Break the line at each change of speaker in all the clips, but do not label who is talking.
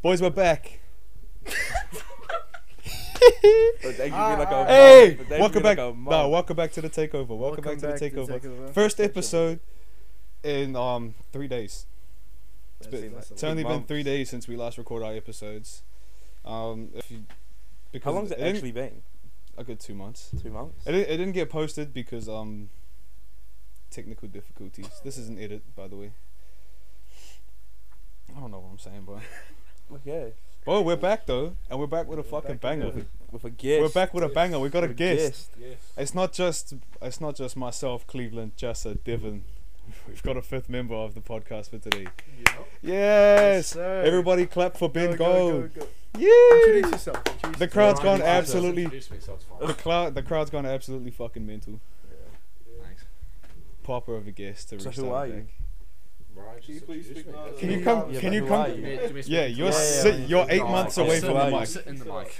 Boys, we're back.
But thank you for being
Ah.
like a
Hey,
mom. But thank you for
welcome
being
back.
like a mom.
no, welcome back to the takeover. Welcome, back, to the takeover. First episode in um three days. It's,
That's-
been-
that's a
it's
big
only been
month.
three days since we last recorded our episodes. Um, if you because
How long's it
didn't-
actually been?
A good two months.
Two months.
It didn't, it didn't get posted because um technical difficulties. This is an edit, by the way. I don't know what I'm saying, but
Okay.
well, we're back though, and we're back with a
We're
fucking
back
banger.
with a-
With a guest.
We're back with a banger. We got a
With
guest.
Yes.
It's not just it's not just myself, Cleveland, Jessa, Devon. We've got a fifth member of the podcast for today.
Yep.
Yes,
sir.
everybody clap for Ben Gold.
go.
Yeah,
Introduce yourself. Introduce
The
yourself.
crowd's
Remind
gone
me about
absolutely-
yourself.
the crowd the crowd's gone absolutely fucking mental. Popper of a guest to
So
restart
who
it
are you?
back.
Can you please speak louder?
Can you come?
Yeah,
can
but
you
who
come?
are you?
Yeah, you're
Yeah, yeah,
si-
yeah.
you're eight
No,
months
I'll
away
sit
from
in
the
the
mic.
Sit in the mic.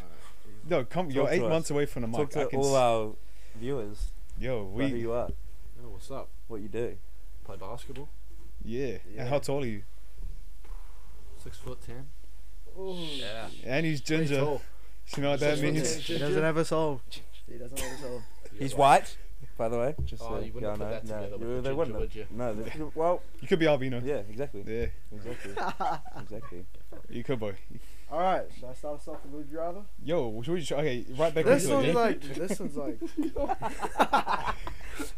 No, come. You're
Talk to
eight
us.
months away from the mic.
Talk
Oh I
to
can
all
s-
our viewers
yo,
about who
we
you are,
Oh, what's up?
what you do.
Play basketball.
yeah.
Yeah.
And how tall are you?
Six foot ten. Yeah.
And he's ginger. You know what that
Six foot
means?
ten.
He doesn't have a soul.
He doesn't have a soul.
He's white, by the way. Just
Oh,
so
you wouldn't have
y'all
put
know.
that
no,
together with
you-
the
they wouldn't
ginger,
have. No, they- well,
You could be albino.
yeah, exactly,
Yeah,
exactly, exactly.
you could boy.
All right, should I start us off with Would You Rather?
Yo, should we, okay, right back
This
into it.
one's
yeah?
like, this one's like.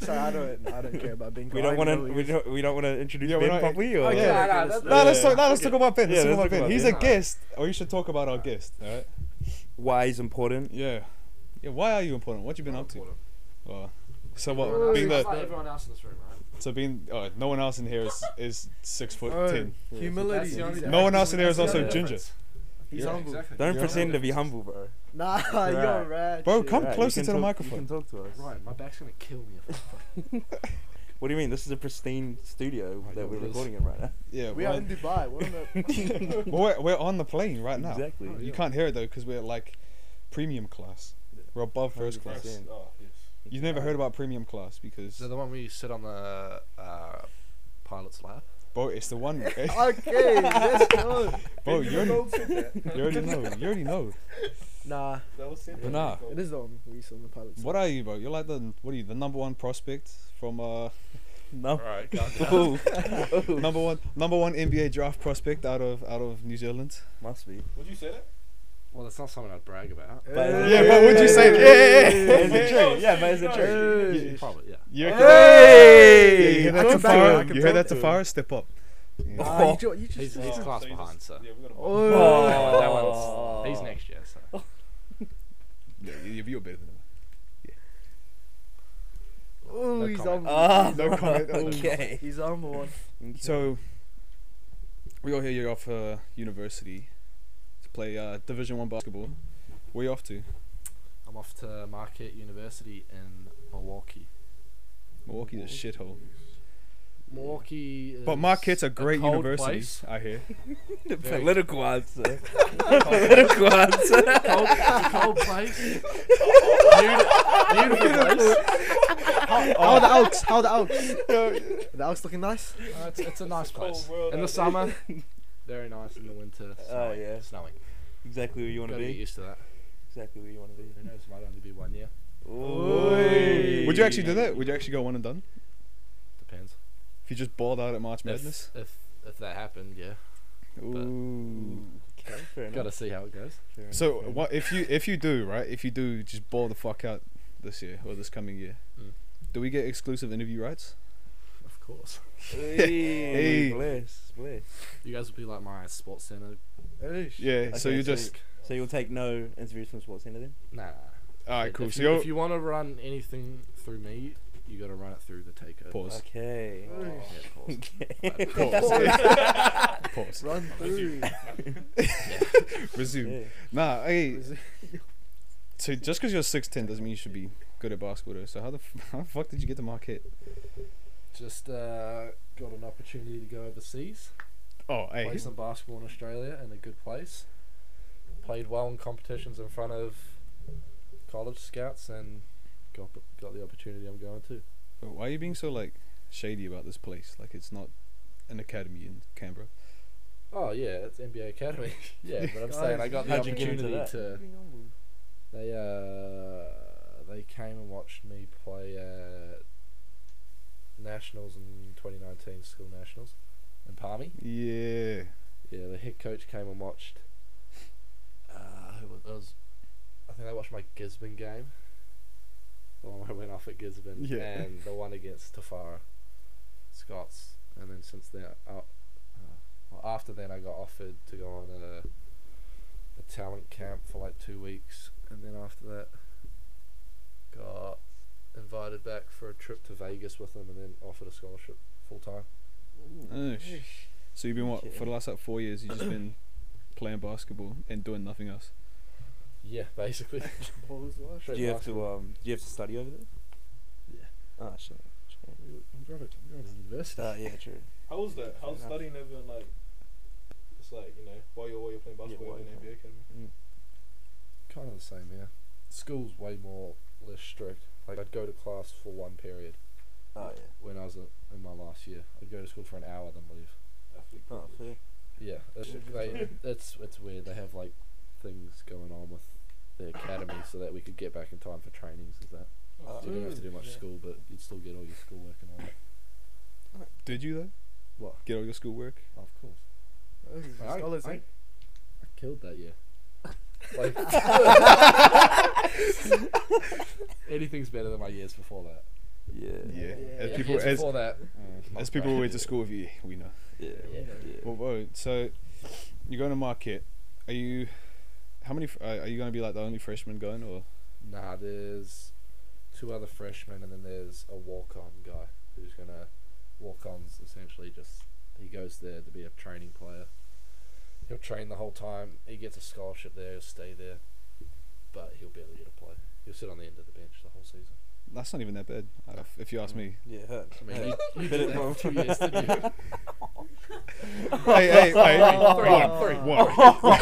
Sorry, I don't, I don't care about being.
We don't want to. We don't. We don't want to introduce
Yeah, we're
Ben
not-
properly. Or
Okay.
yeah.
Yeah.
no,
No, let's talk. No, let's talk about Ben. Let's
Yeah,
talk
let's
about
talk
Ben.
about
He's a
Ben.
guest. Or you should talk about our guest. All right.
Why is important?
Yeah. Yeah. Why are you important? What you been up to? Oh. So
Everyone
what?
else
Being
is
the
everyone else in this room, right?
so being oh, no one else in here is is six foot ten.
Humility.
That's the only-
He's
No one else in here is
that's the
also
only
ginger.
He's
Yeah.
humble.
Exactly.
Don't
Yeah.
pretend to be humble, bro.
Nah, you're
Right.
right.
Bro,
dude.
come-
Right, you
closer
can
to the
talk-
microphone.
You can talk to us.
Ryan, my back's gonna kill me. If
What do you mean? This is a pristine studio
I know
that we're
it is.
recording in right now.
Yeah.
We
We
are in Dubai. What on earth?
we're we're on the plane right now.
Exactly.
Oh, You can't hear it though because we're like premium class. We're above first class.
100%.
You've never heard about premium class because
Is that the one where you sit on the uh, pilot's lap?
bro, it's the one.
Okay, let's go.
Bro, you already, you already know. You already know.
Nah,
But nah.
it is the one we saw in the pilots.
What are you, bro? You're like the what are you? The number one prospect from uh
No.
Right.
Ooh.
number one number one NBA draft prospect out of out of New Zealand.
Must be.
Would you say that?
Well, that's not something I'd brag about.
But-
Yeah, but would you say that? Yeah, yeah,
Is it true? Yeah, but is it true?
Hey.
Probably, yeah.
You
Hey!
you hear
I
that to
can back it, I
fire?
can
You hear
back
that to
it.
fire? Step up. Yeah.
Nah, Ah, you, ju- you just.
He's, he's
Oh,
class
so you
behind,
just-
sir.
Yeah, we got
Oh.
Oh, that one's. He's next year, so.
Yeah, you- you're better than him.
Oh,
No
he's
comment.
humble.
Ah,
No comment. Oh.
Okay.
He's humble. One.
So we all hear you're off uh, university to play uh, Division One basketball. Where you off to?
I'm off to Marquette University in Milwaukee.
Milwaukee's a shithole.
Milwaukee. Is
But Marquette's a great
cold
university,
place.
I hear.
The
Very-
political answer. political answer.
cold, cold place. Beautiful, beautiful place.
How the Elks? How the Elks? the Elks looking nice.
Uh, it's, it's a nice place. In the summer, very nice. In the winter,
Oh,
snowing.
yeah.
snowing.
Exactly where you want
Gotta
to
get
be.
used to that.
Exactly where you want to be.
Who knows? Might only be one year.
Ooh.
Would you actually do that? Would you actually go one and done?
Depends.
If you just balled out at March Madness?
If, if if that happened, yeah.
Ooh.
Okay, fair enough.
Gotta see how it goes.
Fair enough,
So
fair
what if you if you do right? If you do, just ball the fuck out this year or this coming year.
Mm.
Do we get exclusive interview rights?
Of course.
enough.
Hey.
Hey. Bless, bless.
You guys will be like my sports center.
Yeah. so
Okay,
you just
So you'll take no interviews from sports center then?
Nah.
all right, cool.
If
So
you,
you're
if you want to run anything through me, you gotta run it through the takeover.
pause.
Okay.
Yeah, of course.
Pause. pause.
Run through.
Resume.
Yeah.
Nah. Hey. So just because you're six ten doesn't mean you should be good at basketball. Though. So how the f- how the fuck did you get to Marquette?
Just uh, got an opportunity to go overseas.
Oh, hey.
Played some basketball in Australia in a good place. Played well in competitions in front of college scouts and got got the opportunity I'm going to.
But why are you being so like shady about this place? Like it's not an academy in Canberra.
Oh yeah, it's NBA Academy. yeah, but I'm
Guys,
saying I got the
how'd you get into
opportunity
that?
to. They uh they came and watched me play at nationals in 2019 school nationals in Palmy.
Yeah.
Yeah, the head coach came and watched. Uh, who was, it was I think they watched my Gisborne game. The one where I went off at Gisborne
Yeah.
and the one against Tafara, Scots, and then since then, uh, uh, well, after then I got offered to go on a a talent camp for like two weeks, and then after that, got invited back for a trip to Vegas with them, and then offered a scholarship full time.
Oh, sh- so you've been what
Okay.
for the last like four years? You've just been playing basketball and doing nothing else.
Yeah, basically.
Do you have to um? Do you have to study over there?
Yeah. Oh,
Oh shit. True.
I'm going to, I'm going to university.
Uh, yeah, true.
How was that?
Fair
How's
enough.
studying ever and like it's like, you know, while you're while you're playing basketball
while
in the
you're
NBA Academy?
Kind of the same here. School's way more less strict. Like I'd go to class for one period
Oh yeah.
when I was in my last year. I'd go to school for an hour then leave.
Athlete.
Oh fair.
Yeah, it's,
Yeah,
they,
it's
it's it's weird. They have like things going on with the academy so that we could get back in time for trainings and that.
Oh,
So you don't have to do much
yeah.
school, but you'd still get all your schoolwork and all that.
Did you though?
What?
Get all your schoolwork?
Of course. I,
Scholars,
I,
eh?
I killed that year. Like anything's better than my years before that.
Yeah.
Yeah.
Yeah.
As
Yeah,
people
years
as
before that, mm,
as
not
people
bad.
who went to school with you, we know.
Yeah.
Yeah.
Well, whoa, so you're going to market. Are you? How many? fr- Are are you going to be like the only freshman going, or
Nah, there's two other freshmen, and then there's a walk-on guy who's gonna walk-ons essentially just he goes there to be a training player. He'll train the whole time. He gets a scholarship there, he'll stay there, but he'll barely get a play. He'll sit on the end of the bench the whole season.
that's not even that bad. I don't- If you ask me.
Yeah. it hurts.
I
Yeah.
mean, you, you
Bit
did
of
that for
both.
two years, didn't you?
hey, hey, hey, hey,
Three,
one,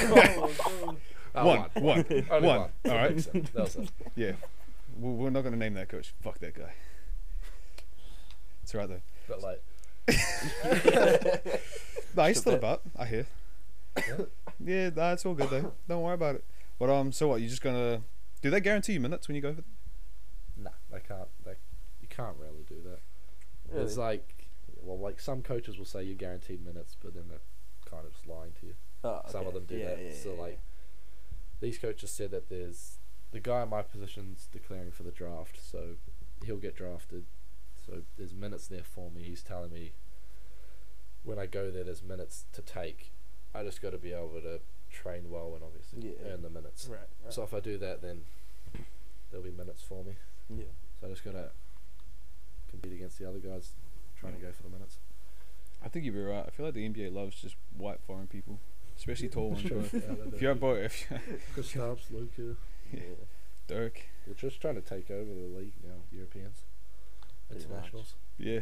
three.
one,
eh?
Oh,
one, one, one.
Only one.
All right.
That was it.
Yeah. We- We're not going to name that coach. Fuck that guy. It's all right though.
But like,
No, he's
Just a
still
bit.
about. I hear.
Yeah?
yeah, nah, it's all good though. Don't worry about it. But um, so what? You just gonna? Do they guarantee you minutes when you go for?
nah, they can't. They, you can't really do that.
Really?
It's like, well, like some coaches will say you're guaranteed minutes, but then they're kind of just lying to you.
Oh,
Some of
okay.
them do
yeah,
that.
Yeah,
so
yeah,
like, these coaches said that there's the guy in my position's declaring for the draft, so he'll get drafted. So there's minutes there for me. He's telling me when I go there, there's minutes to take. I just got to be able to train well and obviously
Yeah.
earn the minutes.
Right. right.
So if I do that, then there'll be minutes for me.
yeah.
So I just gotta compete against the other guys trying to go for the minutes.
I think you'd be right. I feel like the NBA loves just white foreign people, especially tall ones. bro. If you're a boy, if you're
Kristaps, Luca.
Yeah.
Dirk,
We're just trying to take over the league now, Europeans,
Pretty much.
internationals.
yeah,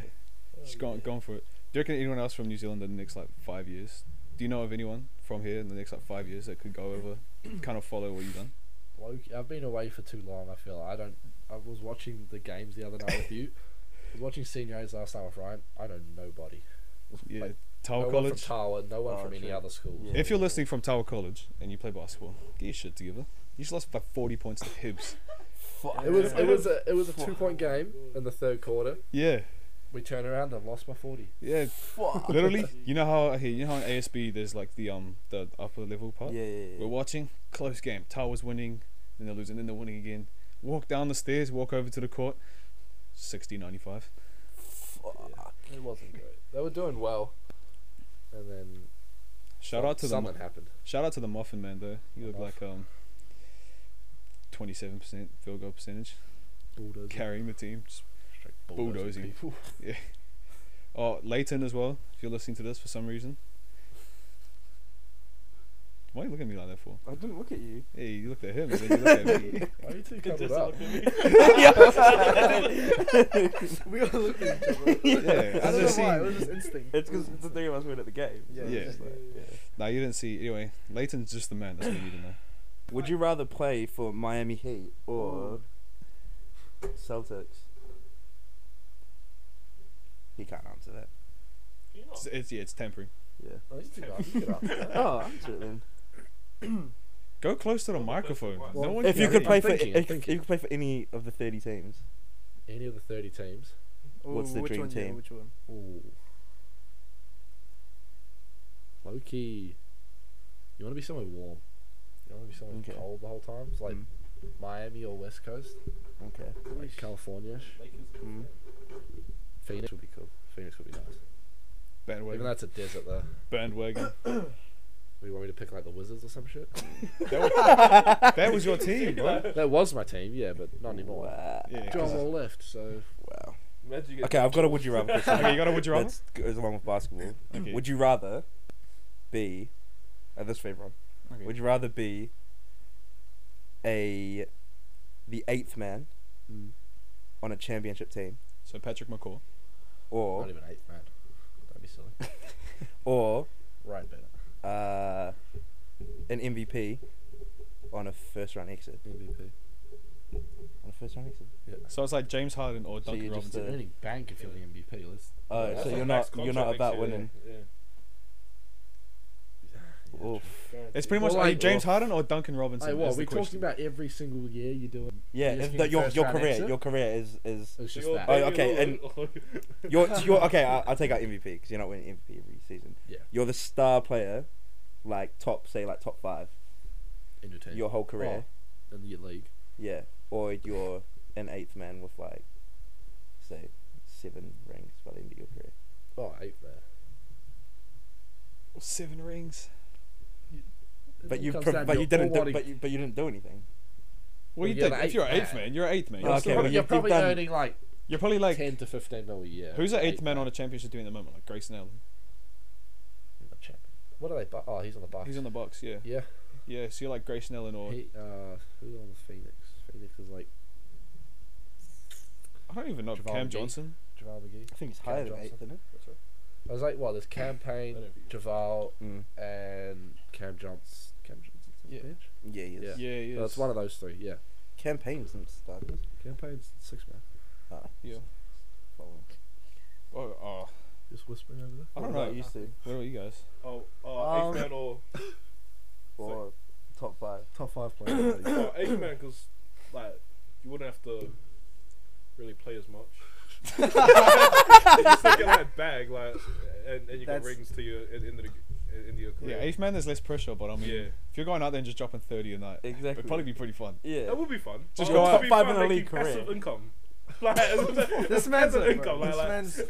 just gone gone for it. Do you reckon anyone else from New Zealand in the next like five years? Do you know of anyone from here in the next like five years that could go over, kind of follow what you've done?
Loki, I've been away for too long. I feel like I don't. I was watching the games the other night with you. I was watching senior A's last night with Ryan. I know nobody.
Yeah,
Like,
Tower
no one
College.
from Tower. No one
Oh,
from any
true.
other schools.
Yeah.
if you're listening from Tower College and you play basketball, get your shit together. You just lost by forty points to Hibs.
Fuck.
It was it was a it was a two point game in the third quarter.
Yeah.
We turn around. I've lost by forty.
Yeah,
Fuck.
literally. You know how here, you know how in ASB there's like the um the upper level
Yeah,
part.
yeah, yeah.
We're watching close game. Tower's winning, then they're losing, then they're winning again. Walk down the stairs, walk over to the court. 60 95.
Fuck.
It wasn't great. They were doing well, and then
Shout out to the
something
mu-
happened.
shout out to the muffin man though. You look
Enough.
like um 27% field goal percentage,
Bulldozing.
carrying the team. Just-
Straight
bulldozing. Oh, Leighton as well. If you're listening to this for some reason, why are you looking at me like that for?
I didn't look at you.
Hey, you looked at him and then you looked at me.
Why are you two
Did
covered
this
up?
look at me?
we all looked at each other.
Yeah,
I
as
don't
I
know
see.
why. It was just instinct.
It's because the three of us weren't at the game.
Yeah,
Yeah.
Just like, yeah.
No, you didn't see. Anyway, Leighton's just the man. That's what you need to know.
Would you rather play for Miami Heat or Celtics? He can't answer that.
You're not-
It's, it's yeah, it's tempering.
Yeah.
No, you can get up. You get up.
Oh, I'll do it then.
Go close to the microphone. No
Well,
one
If
can
you could
hear
play
I'm
for,
thinking, I'm
if, if
thinking.
you could play for any of the thirty teams,
Any of the 30 teams.
What's the
oh, which
dream
one, yeah,
team?
which one?
Ooh. Loki. You want to be somewhere warm. You want to be somewhere
Okay.
cold the whole time. It's like
Mm.
Miami or West Coast,
okay.
like California.
Lakers.
Mm.
Phoenix would be cool. Phoenix would be nice. Even
bandwagon.
though it's a desert though.
bandwagon.
What, you want me to pick like the Wizards or some shit?
that was your team, bro.
that was my team, yeah, but not anymore.
Wow.
Yeah.
John Wall left, so
wow.
Imagine you get
Okay, I've got a would you rather question.
Okay, you got a would you rather?
That goes along with basketball.
Okay.
Would you rather be, uh, this favorite one.
okay.
Would you rather be a the eighth man
Mm.
on a championship team,
so Patrick McCaw.
or
not even eighth man. That'd be silly.
or
Right better.
uh, an MVP on a first round exit?
MVP.
On a first round exit.
So it's like James Harden or
So
Duncan
you're just
Robinson.
a-
Only Bank if you're the MVP. Let's
Oh,
That's
so
a
you're
max
not you're not about
contract next year,
winning.
Yeah.
Oof.
Guaranteed.
It's pretty much
Well,
either
like-
James Harden or Duncan Robinson.
Hey, what
is the
we talking
question.
about every single year you do it?
Yeah,
You're
if
just
the,
getting
your
first
your
round
career
exit?
your career is is
It's
So
just
you're
that.
Oh, okay,
begging
and-
all-
You're, you're okay. I'll, I'll take out MVP because you're not winning MVP every season.
Yeah.
You're the star player, like top say like top five
in your team. Oh,
your whole
Oh.
career.
in the league.
Yeah. Or you're an eighth man with like, say, seven rings by the end of your career.
Oh, eight there.
seven rings?
But you pro- but you didn't do, but you but you didn't do anything.
Well,
Well,
you
you're
did.
the
If you're
eighth
eighth
man.
man, you're eighth man. You're,
Okay,
still-
okay,
well,
you're
you've-
probably
you've done-
earning like,
you're probably like
ten to fifteen mil a year.
who's the
Eight
eighth man on a championship team at the moment? Like Grayson Allen.
A champ. What are they? Bu- oh, he's on the Bucks.
He's on the Bucks. Yeah.
Yeah.
Yeah. So you're like Grayson Allen or
He, uh, who's on the Phoenix? Phoenix is like
I don't even know
Javon
Cam
McGee.
Johnson.
Javal McGee.
I think it's
Cam
higher than
Johnson.
eighth, isn't it?
I was like, well, there's campaign, Javal,
Mm.
and Cam Johnson. Cam Johnson's on the
Yeah.
bench.
Yeah. Yes.
Yeah.
Yeah.
Yeah. Yeah.
So it's one of those three. Yeah.
Campaigns and starters.
Campaign's six man.
Ah,
Yeah.
well,
Oh, oh.
Just whispering over there.
I don't
what
know.
about You two
What about you guys?
Oh,
Um,
oh, eighth man or
or top five.
Top five players. in the league.
oh, eighth man because like you wouldn't have to really play as much. you still get that bag, like, and, and you got
That's-
rings to your in, in the in your
Yeah,
career.
eighth man. There's less pressure, but I mean,
Yeah.
if you're going out there and just dropping thirty a night,
Exactly.
it'd probably be pretty fun.
Yeah.
That would be fun.
Just
But
go
it would
out.
be
Five
fun
in a
making
league career.
Passive income. Like, this
This man's
passive
it, bro.
income. Like,
This
like,
man's.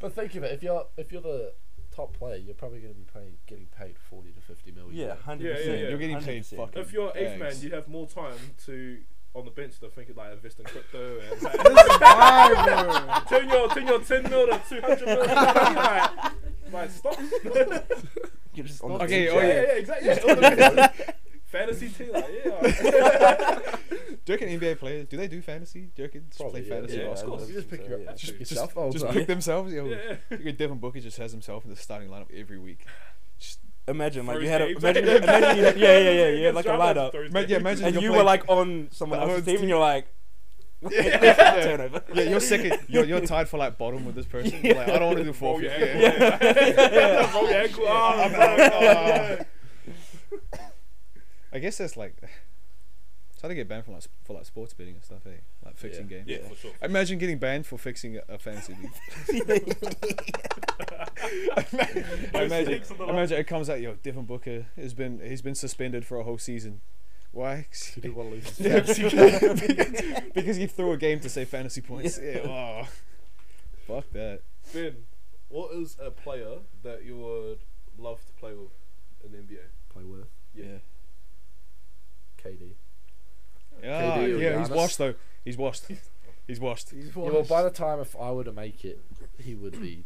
But think of it, if you're if you're the top player, you're probably going to be paying getting paid forty to fifty million.
Yeah, hundred
Yeah, yeah,
percent.
yeah.
You're getting paid
100%.
fucking-
if you're eighth man,
Thanks.
you have more time to on the bench to think of like invest in crypto and like,
Why, bro?
turn your turn your ten mil to two hundred mil. like, like stop.
You're just on the
Okay,
bench,
oh,
yeah,
yeah.
yeah, exactly. Yeah. Fantasy eh? team, like, yeah.
Do you reckon NBA players do they do fantasy? Do you reckon just
Probably,
play
yeah.
fantasy
Yeah, of
basketball?
course.
You just pick
So,
your
yeah.
just
Just-
yourself all
Just
the
pick
time.
themselves. Yeah.
yeah.
Look at Devin Booker just has himself in the starting lineup every week.
Imagine like you
First
had a
games.
imagine, imagine you had, yeah yeah yeah yeah
Gets
like a
dropped on
lineup,
Thursday.
Ma- yeah, imagine
and
you're
you
playing-
were like on someone
I was
else's team,
team.
and you're like, turnover.
Yeah, you're second. You're, you're tied for like bottom with this person. You're like, I don't want to do
Roll
fourth.
your
Yeah.
ankle.
yeah.
Roll your ankle. Oh,
Uh, I guess that's like. Try to get banned from like sp- for like sports betting and stuff, eh? Like fixing games.
Yeah, for sure.
Imagine getting banned for fixing a- a fantasy league. imagine,
Six on the line.
imagine it comes out. Yo, Devin Booker has been he's been suspended for a whole season. Why?
You didn't want to lose.
Yeah, because, because he threw a game to save fantasy points. Yeah. oh. Fuck that.
Ben, what is a player that you would love to play with in the NBA?
Play with
Yeah.
KD.
Yeah,
KD or
yeah he's
Giannis?
washed though. He's washed. He's washed.
Yeah, well, by the time if I were to make it, he would be.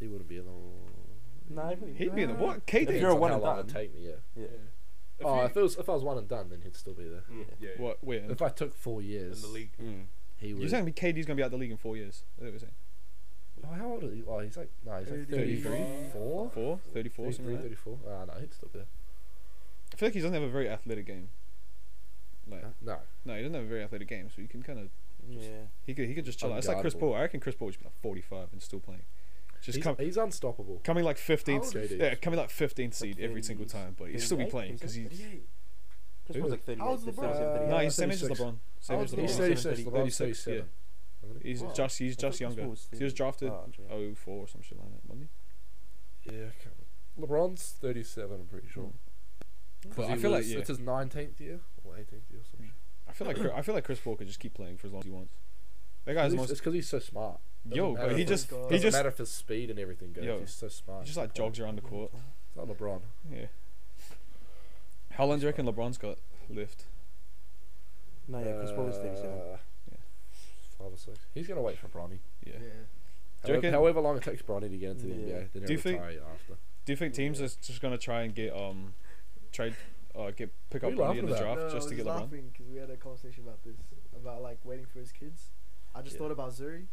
He wouldn't be in the.
Nah,
He'd be in the what?
Depends
you're
KD.
a
on
one
how
and
long it'd
done.
Take me, yeah.
Yeah.
If
oh,
you-
if it was if I was one and done, then he'd still be there.
Mm, yeah. yeah.
What? Wait.
If I took four years
In the league.
Hmm.
Mm.
he
You're
would.
saying KD's gonna be out of the league in four years? Is that what you're saying?
oh, how old is he? Oh, he's like no, he's like
33.
34?
Four? 34, something
33,
like that?
34. Ah, no, he'd still be there.
I feel like he doesn't have a very athletic game. Like,
No,
no, he doesn't have a very athletic game, so you can kind of
Yeah.
he could he could just chill out. It's like Chris
Unguardable.
Paul. I reckon Chris Paul would be like 45 and still playing. Just
he's,
come,
he's unstoppable.
coming like fifteenth.
How old is
Yeah, coming like fifteenth seed every single
He's
time, but he'd still be
38,
playing because he.
Chris
Who?
Paul's like 38.
How old's
they're
LeBron?
37, 38.
Uh,
No, he's same age as
36.
LeBron. Same
How
age as
old- he's
LeBron.
36, LeBron's
36,
37. Isn't he?
He's
Wow.
just he's
I
just
thought Chris
younger.
Paul was
He was
30.
drafted
Oh, okay.
04 or some shit like that, wasn't he?
Yeah, I can't remember. LeBron's 37, I'm pretty sure.
Mm.
'Cause
But
he
I feel like
was-
yeah,
It's his 19th year or 18th year or something.
I feel like Chri- I feel like Chris Paul could just keep playing for as long as he wants. That guy's the
It's
most
because he's so smart. doesn't
yo,
matter
but he
if-
just
doesn't
he
doesn't
just
matter if his speed and everything goes.
Yo.
he's so smart.
he just like jogs around the court.
It's not LeBron.
Yeah. How long do you reckon LeBron's got left?
No, yeah, Chris Paul Oh, is 37.
Uh,
Yeah.
Five or six. He's gonna wait for Bronny.
Yeah. Do you
However,
reckon-
however long it takes Bronny to get into the
Yeah.
NBA, then
Do you
he'll
think-
retire after.
Do you think teams are just gonna try and get um trade uh get pick
What
up
are you
Bronny in
laughing
the
about?
draft just to get LeBron?
because we had a conversation about this, about like waiting for his kids. I just
Yeah.
thought about Zuri.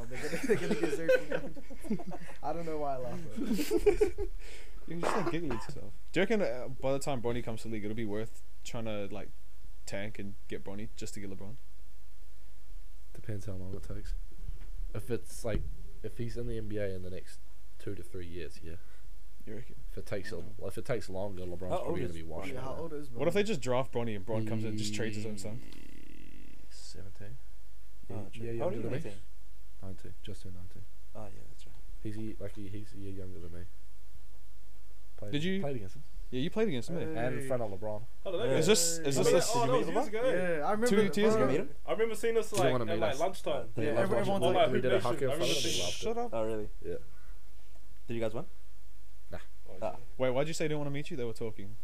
Oh, they're gonna, they're gonna get Zuri. From them. I don't know why I laugh. At it.
You're just like giggling to yourself. Do you reckon uh, by the time Bronny comes to the league, it'll be worth trying to like tank and get Bronny just to get LeBron?
Depends how long it takes. If it's like, if he's in the NBA in the next two to three years, yeah.
You reckon?
If it takes a,
Mm-hmm.
if it takes longer, LeBron's
How old
probably gonna
is
be washed.
Yeah,
by
how
then.
old is?
What if they just draft Bronny Oh, and Bron comes in and just trades his own son?
Seventeen.
Yeah,
Uh,
true.
yeah, younger
How old is
than me.
18?
Nineteen. Just turned nineteen.
Oh, yeah, that's right.
He's a, ye- like he, he's a year younger than me. Played,
Did you-
played against him?
Yeah, you played against me.
Uh,
And
Hey.
in front of LeBron.
How did that
Yeah.
go?
Is this
I
is
Yeah.
this
Yeah.
remember
this?
that- oh, that
you meet
was years
him?
ago.
Yeah, I remember.
Two-
that-
two years ago.
Did you
bro.
meet him?
I remember seeing this
Did you
like
wanna
at
meet
like
us?
Oh,
lunchtime.
Yeah,
Yeah,
everyone
everyone-
wanted
all
to-
like
we did a
who
hug
mentioned- I
and
remember
fucking
seeing-
loved it.
Shut up.
Oh, really?
Yeah.
Did you guys win?
Oh,
Ah.
Wait, why'd you say they didn't want to meet you? They were talking.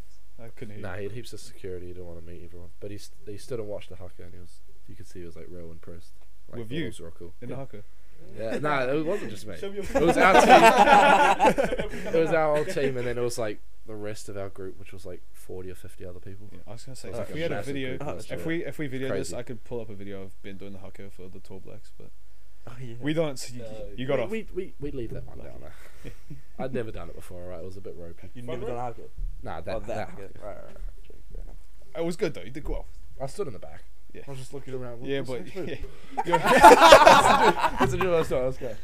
I couldn't hear.
Nah,
you.
he had heaps of security. He didn't want to meet everyone, but he st- he stood and watched the haka, and he was you could see he was like real impressed. Like,
With
thought it
you?
was real cool.
In the
yeah.
haka.
yeah, nah, it wasn't just me.
Show me your
It was our team. it
It
was our whole team, and then it was like the rest of our group, which was like forty or fifty other people.
Yeah, I was gonna say
Like
if
a
we had a
massive
video,
group of us,
if
yeah.
we if we video this,
Crazy.
I could pull up a video of Ben doing the haka for the Tall Blacks, but
Oh, yeah.
we don't. So you,
No,
you got
we,
off.
We, we we leave that one down. eh? I'd never done it before. Right, it was a bit ropey.
You've
Front
never done a hug
Nah, that,
Oh,
that,
that.
haka.
Right, right, right. True, fair enough.
It was good though. You did well.
I stood in the back.
Yeah.
I was just looking around.
Yeah,
"What's
but
this
yeah.
room?" That's a new lifestyle, Let's go.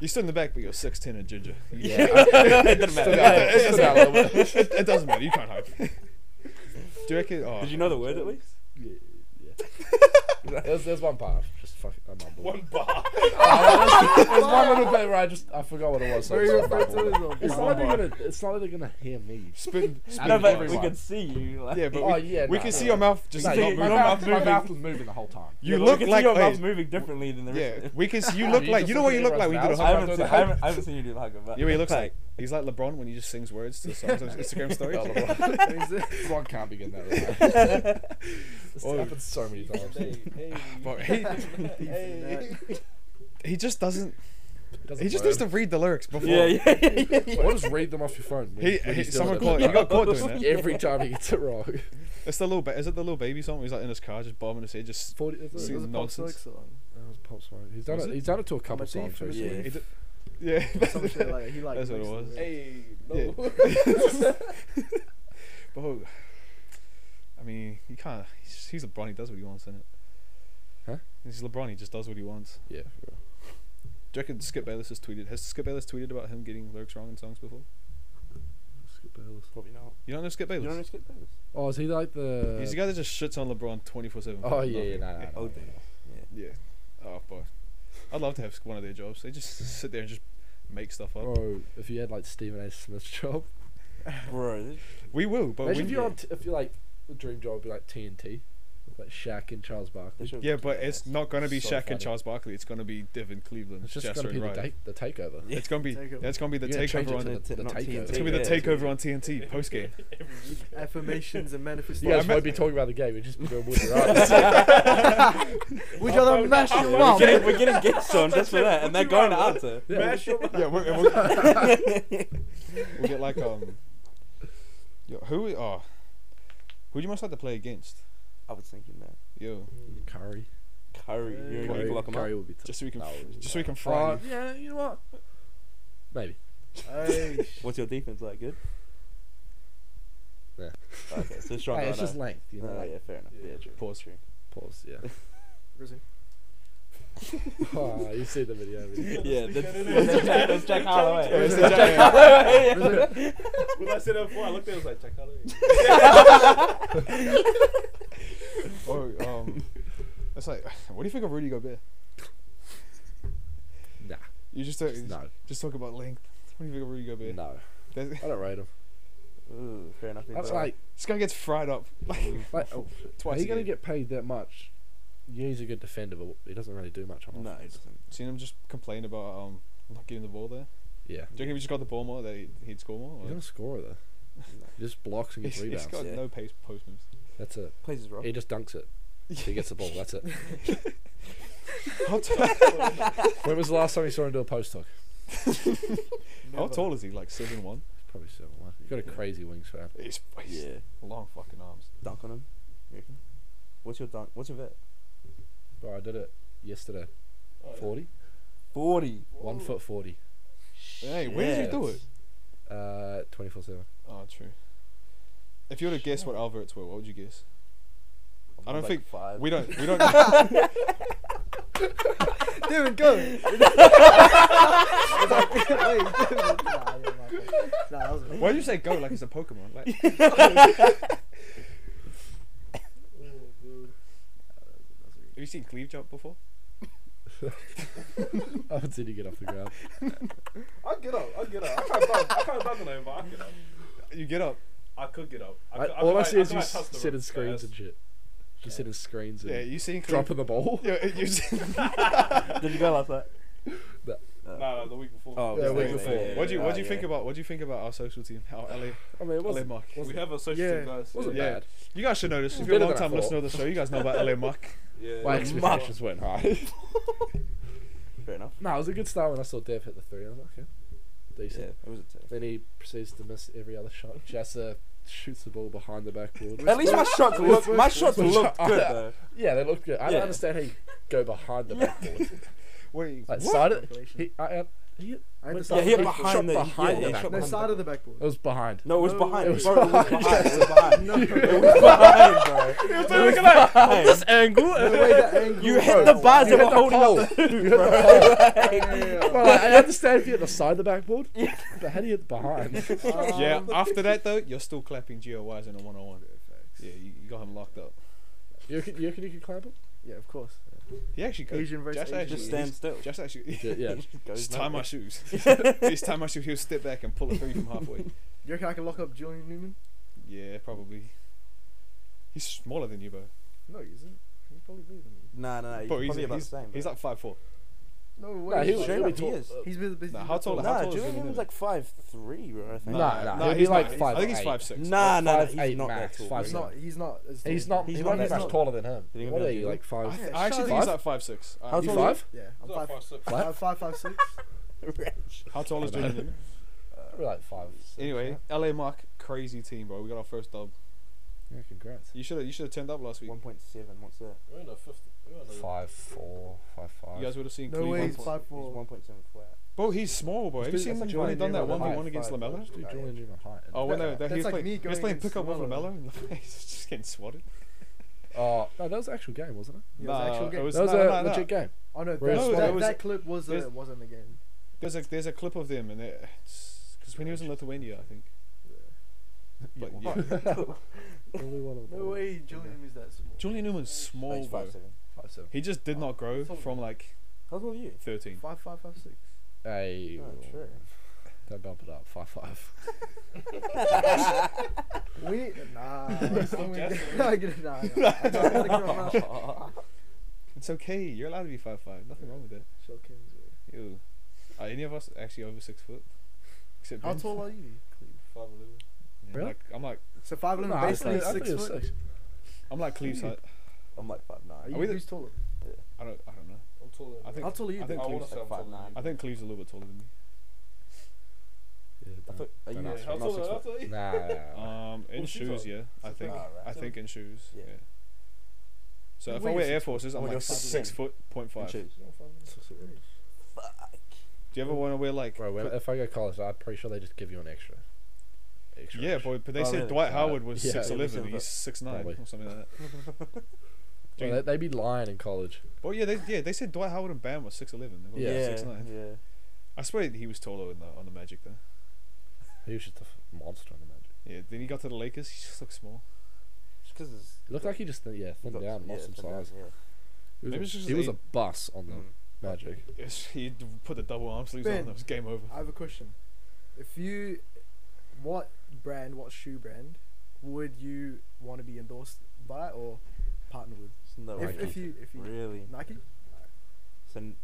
you stood in the back, but you're six ten and ginger. You-
it doesn't
Stood
matter.
out- stood out a little bit.
it, it doesn't matter. You can't hide. Do you reckon? Oh,
Did you know the word at least?
Yeah, yeah. there's, there's one part. I've Just fucking, I mumbled.
One bar.
There's one little bit where I just, I forgot what it was. So I
Very
just
referred to
mumbled.
as a
it's not
bomb.
like they're gonna, it's not like they're gonna hear me.
Spin, spin
No, but we
everyone.
can see you. Like,
Yeah, but
Oh,
we,
yeah,
we
nah,
can see
yeah.
your mouth just
No,
not
yeah,
moving.
my,
your
mouth, my
moving.
mouth was moving the whole time.
You
Yeah, but
look
we can
like
see your
hey,
mouth moving differently than the rest.
yeah.
of
We can see you
Nah,
look
you
like
just
you know what
look
you
at
look like when you do the
us.
everyone's
I
haka.
haven't,
Sometimes
seen,
I
I, haven't, I haven't seen you do the hugger, but
You know what he looks like? He's like LeBron when he just sings words to songs on his Instagram story.
Oh, LeBron. LeBron can't be getting that right. This happened so many times. It
But he he just doesn't.
doesn't
He just
learn.
needs to read the lyrics before.
Yeah, yeah, yeah, yeah, yeah.
Or just read them off your phone. when-
He,
when
he,
he's doing
someone
it.
caught. He got caught doing that.
Every time he gets it wrong.
It's the little. Ba- is it the little baby song? Where he's like in his car, just bobbing his head. Just
Forty. Is
See,
It
it?
was a pop
nonsense.
Smoke song.
That was Pop Smoke. He's done
Was
it,
it?
He's done it to a couple
a thief
songs.
from a
recently.
Yeah.
he d- yeah.
Or Some shit like he like.
That's what it
mixed
was.
them.
Hey,
Yeah.
no.
but oh, I mean, he can't. He's, he's LeBron. He does what he wants, isn't it?
Huh?
He's LeBron. He just does what he wants.
Yeah.
Do you reckon Skip Bayless has tweeted? Has Skip Bayless tweeted about him getting lyrics wrong in songs before?
Probably not.
You don't know Skip
You
Bayless?
don't know Skip Bayless?
Oh, is he like the?
he's the guy that just shits on LeBron twenty four seven.
Oh yeah, yeah, no, no, no,
Oh,
no.
dude. Yeah.
Yeah. Oh boy. I'd love to have one of their jobs. They just sit there and just make stuff up.
Bro, oh, if you had like Stephen A. Smith's job,
Bro, this,
We will, but
imagine
when
if you're on, t- if you're like the dream job would be like TNT, with, like Shaq and Charles Barkley.
this show's
yeah, but it's
badass.
not gonna be
So
Shaq and
funny.
Charles Barkley. It's gonna be Devin Cleveland,
It's just
Jasper
gonna be
and
the,
Ryan.
take the takeover.
Yeah.
It's gonna be
Takeover.
that's gonna be the
You're gonna change
takeover
it
on. The,
to the-
T- not
takeover.
TNT,
it's gonna be the
yeah,
takeover on TNT post game.
Affirmations and
You
Yeah,
manifestations.
guys
ima-
won't be talking about the game. We'd just be doing Woody Rice.
Would you rather mash your mum?
We're getting, we're getting guests on just for that, and they're going to answer.
Mash your
yeah, we'll, and we'll, we'll get like um. Yo, who we are? Who do you most like to play against?
I was thinking that.
Yo,
Curry.
Curry.
Curry.
You're going to
Curry,
lock him up.
Curry would be. T-
just so we can,
No,
f-
it's
just so we can fry.
oh,
you.
yeah, you know what? Maybe.
Hey,
What's your defense like? Good?
Yeah.
Okay, so strong.
Hey,
I
it's
know.
just length, you know.
Oh,
like,
yeah, fair enough. Yeah, true.
Pause.
True.
Pause. Yeah.
Rizzy.
oh, you see the video. haven't you?
yeah, that's,
no, no, no,
that's,
it's
Jack,
Jack-
that's Jack
it's Jack
Holloway.
Holloway.
That's
It's
Jack
Jack
Holloway.
When I said that before, I looked at it, I was like, check out it.
Or um, it's like, what do you think of Rudy Gobert?
Nah,
You just talk, just,
no,
talk about length. What do you think of Rudy Gobert?
no.
There's-
I don't rate him.
Ooh, fair enough.
That's
but-
like,
This guy gets fried up like
like oh,
twice.
are you
going
gonna get paid that much? Yeah, he's a good defender, but he doesn't really do much on
No, it
offense.
doesn't.
Seen him just complain about um not getting the ball there.
Yeah,
Do you reckon if he just got the ball more, that he'd, he'd score more?
he's
Or?
not a scorer though.
No.
He just blocks and
He's,
gets
he's
rebounds.
got
Yeah.
no pace post moves.
That's it.
Plays his role.
He just dunks it. He gets the ball. That's it.
How, t-
when was the last time you saw him do a post hook?
how tall is he? Like seven one.
Probably seven one. He's got a crazy wingspan.
He's, he's
Yeah.
long fucking arms.
Dunk on him. You reckon? What's your dunk? What's your bet?
Bro, I did it yesterday. Forty.
Forty.
One foot forty.
Hey, where did you do it?
Uh, twenty four seven.
Oh, true. If you were to guess what Alverts were, what would you guess? I don't think-
five.
We don't. We don't.
Dude, go. It's like, wait, dude. Nah, I didn't like that. Nah, that was me.
Why do you say go like it's a Pokemon? Like, Have you seen Cleave Jump before?
I haven't seen you get off the ground.
I'll get up. I'll get up. I can't dunk. I can't dunk on him, but I'll get up.
You get up.
I could get up. I
I,
could, I
all
could,
I see
I,
is
could,
you
like, touch the
sitting
rim.
screens
Yeah,
and shit. You sitting screens and
Yeah, you seen Cleave.
dropping the ball.
Yeah, you seen.
Did you go last night?
No.
that's- Nah, nah, the week before.
Oh,
Yeah,
yeah,
week
yeah,
before.
yeah,
What do you What
Ah,
do you
yeah.
think about What do you think about our social team? Our LA,
I mean, it
LA
wasn't,
Mark.
we
wasn't,
have a social
yeah,
team, guys.
wasn't
Yeah.
bad.
You guys should know this. If
Better
you're a
than
long time
I thought.
listener of the show, you guys know about LA Mark.
Yeah,
My
yeah.
expectations went high.
Fair enough.
no, it was a good start when I saw Dev hit the three. I was like, okay,
Yeah,
decent.
it was a two.
Then he proceeds to miss every other shot. Jessa shoots the ball behind the backboard.
At least my shots looked. My shots
Which-
looked
I-
good though.
yeah, they looked good. I
Yeah.
don't understand how you go behind the backboard.
Wait,
Like,
what?
side of,
Calculation.
he, I, I, he, it
I had
Wait,
the
Yeah,
side
he hit
of the back-
back-
behind the.
shot
yeah,
behind
he
the
shot
back.
No,
behind
side
the-
of the backboard.
was behind.
No, Oh, it was
No,
behind.
it was
bro, it was
behind.
behind. It was behind. It was behind, bro. It was behind.
angle.
No, wait, that angle
You
was
hit
like-
the bars
You
that
hit
were
the
holding
pole.
up the hoop, bro.
Well, like, I understand if you hit the side of the backboard, but how do you hit behind?
Yeah. After that though, you're still clapping GeoWise in a one on one. Yeah, you, you got him locked up.
You reckon you, reckon you could clamp it?
Yeah, of course.
He actually could.
Asian versus
Just
Asian.
actually-
Just stand still.
Just actually.
Yeah.
Just
Goes
tie my
nowhere.
shoes. Just tie my shoes. He'll step back and pull it through from halfway.
You reckon I can lock up Julian Newman?
Yeah, probably. He's smaller than you, bro.
No, he isn't. He's probably bigger than me.
Nah, nah, nah. He's
Bro, he's,
probably about the
he's,
same.
he's
bro.
like five four.
No,
Nah,
way.
he
he's
was
straight
really
up,
tall.
he is.
He's been busy.
Nah, how tall-
Nah,
tall is
Julian
Julian
Newman's
Newman?
like five three, bro. I think.
Nah, nah, he'll be
he's
like
not. He's-
five
I think
eight.
he's five six.
Nah, nah,
Five,
he's
eight
not
max,
that tall.
five,
bro.
He's not. He's not. As tall.
He's not.
He's
He's
not
not that
that
much
tall.
taller than him.
Did he
What
go
are you
down?
like five?
I, th-
Yeah,
I actually
shut
think
up.
he's like five six.
How
you
tall are
five?
Yeah, I'm
He's
five,
like five six.
What?
I'm five, five, six.
How tall is Julian? Newman?
Probably like five. six,
Anyway, LA Mark, crazy team, bro. We got our first dub.
right? Yeah, congrats.
You should have. You should have turned up last week.
One point seven. What's that?
We're in the fifth. We're in the
Five four, five five.
You guys would have seen
No
Cleveland.
way he's
One point-
five four.
He's one point seven flat.
Bro, he's small, bro. Have you
Dude,
seen
that's
him
like
when he done that
Julian
one v
Newman
one against
height.
Lamelo?
Dude, Julian Newman height.
Oh, when they, they, he
That's
was
like
playing,
me
he was
going
playing
against
pickup with
Lamelo.
Lamelo, and he's just getting swatted.
Oh, no, that was an actual game, wasn't it?
Yeah, it was an actual game.
it was,
That was
no,
a
no, no, no.
legit game.
Oh no,
Whereas
that,
No,
that,
there was-
that clip was
there's-
uh, wasn't the game.
There's a there's a clip of them, and because when he was in Lithuania, I think. But yeah,
Only one of them.
No way, Julian is that small.
Julian Newman's
No,
small,
he's
bro.
five seven.
Five seven.
He just did not grow
Something.
from like
How tall are you?
thirteen.
Five, five, five, six.
Hey,
Oh, true.
don't bump it up. Five five.
We nah.
Stop jesting.
I get it. Nah. nah. I don't wanna grow up.
It's okay. You're allowed to be five five. Nothing wrong with that.
Shell cams, yeah.
Ew. Are any of us actually over six foot? Except
How
Ben.
tall are you?
Five eleven.
Yeah,
Really?
Like, I'm like
So five eleven,
Nah, I
basically
thought- I thought
six
he was
foot.
six.
I'm like Cleve's height.
I'm like five
Are
nine.
you
we the-
who's taller?
I don't I don't know.
I'm taller.
I
than
think-
How tall are you?
I
you.
think
I want
Cleve's
to say
like
I'm
five
taller. than
nine.
you.
I think Cleve's a little bit taller than me.
Yeah,
I
don't-
thought. Are you?
don't
Yeah,
ask
how
me.
tall are- how tall are you?
Nah, nah, nah, nah.
Um, in
Well, shoes
shoes,
are-
yeah. I think
Alright.
I think in shoes.
Yeah.
Yeah. So
You
if I
weigh
wear
six
Air
foot.
Forces,
Oh
I'm
my
like
God, fuck
six
yeah.
foot point
In
five. Do
shoes.
you ever want to wear like?
Bro, when,
put-
if I go college, I'm pretty sure they just give you an extra. extra
yeah,
extra.
boy, but they
Oh,
said
really?
Dwight
Yeah.
Howard was
Yeah,
six
yeah,
eleven.
yeah.
He's six nine
Probably.
or something like that.
Well, they, they'd be lying in college.
Well, yeah, they, yeah, they said Dwight Howard and Bam were six eleven. They were
Yeah.
six nine.
yeah.
I swear he was taller in the, on the Magic though.
He was just a f- monster on the Magic.
Yeah, then he got to the Lakers. He just looked small.
Because it's
He looked like he just th- yeah thinned
got-
down, lost
it's
some
been down,
size.
yeah.
He was,
Maybe
a,
it's just
he was
eight.
a bus on the
Mm.
Magic.
Yes, he d- put the double arm sleeves on.
Ben.
That was game over.
I have a question. If you, what brand, what shoe brand, would you want to be endorsed by or partner with?
It's no
if,
Nike.
if you, if you
really.
Nike,
So n-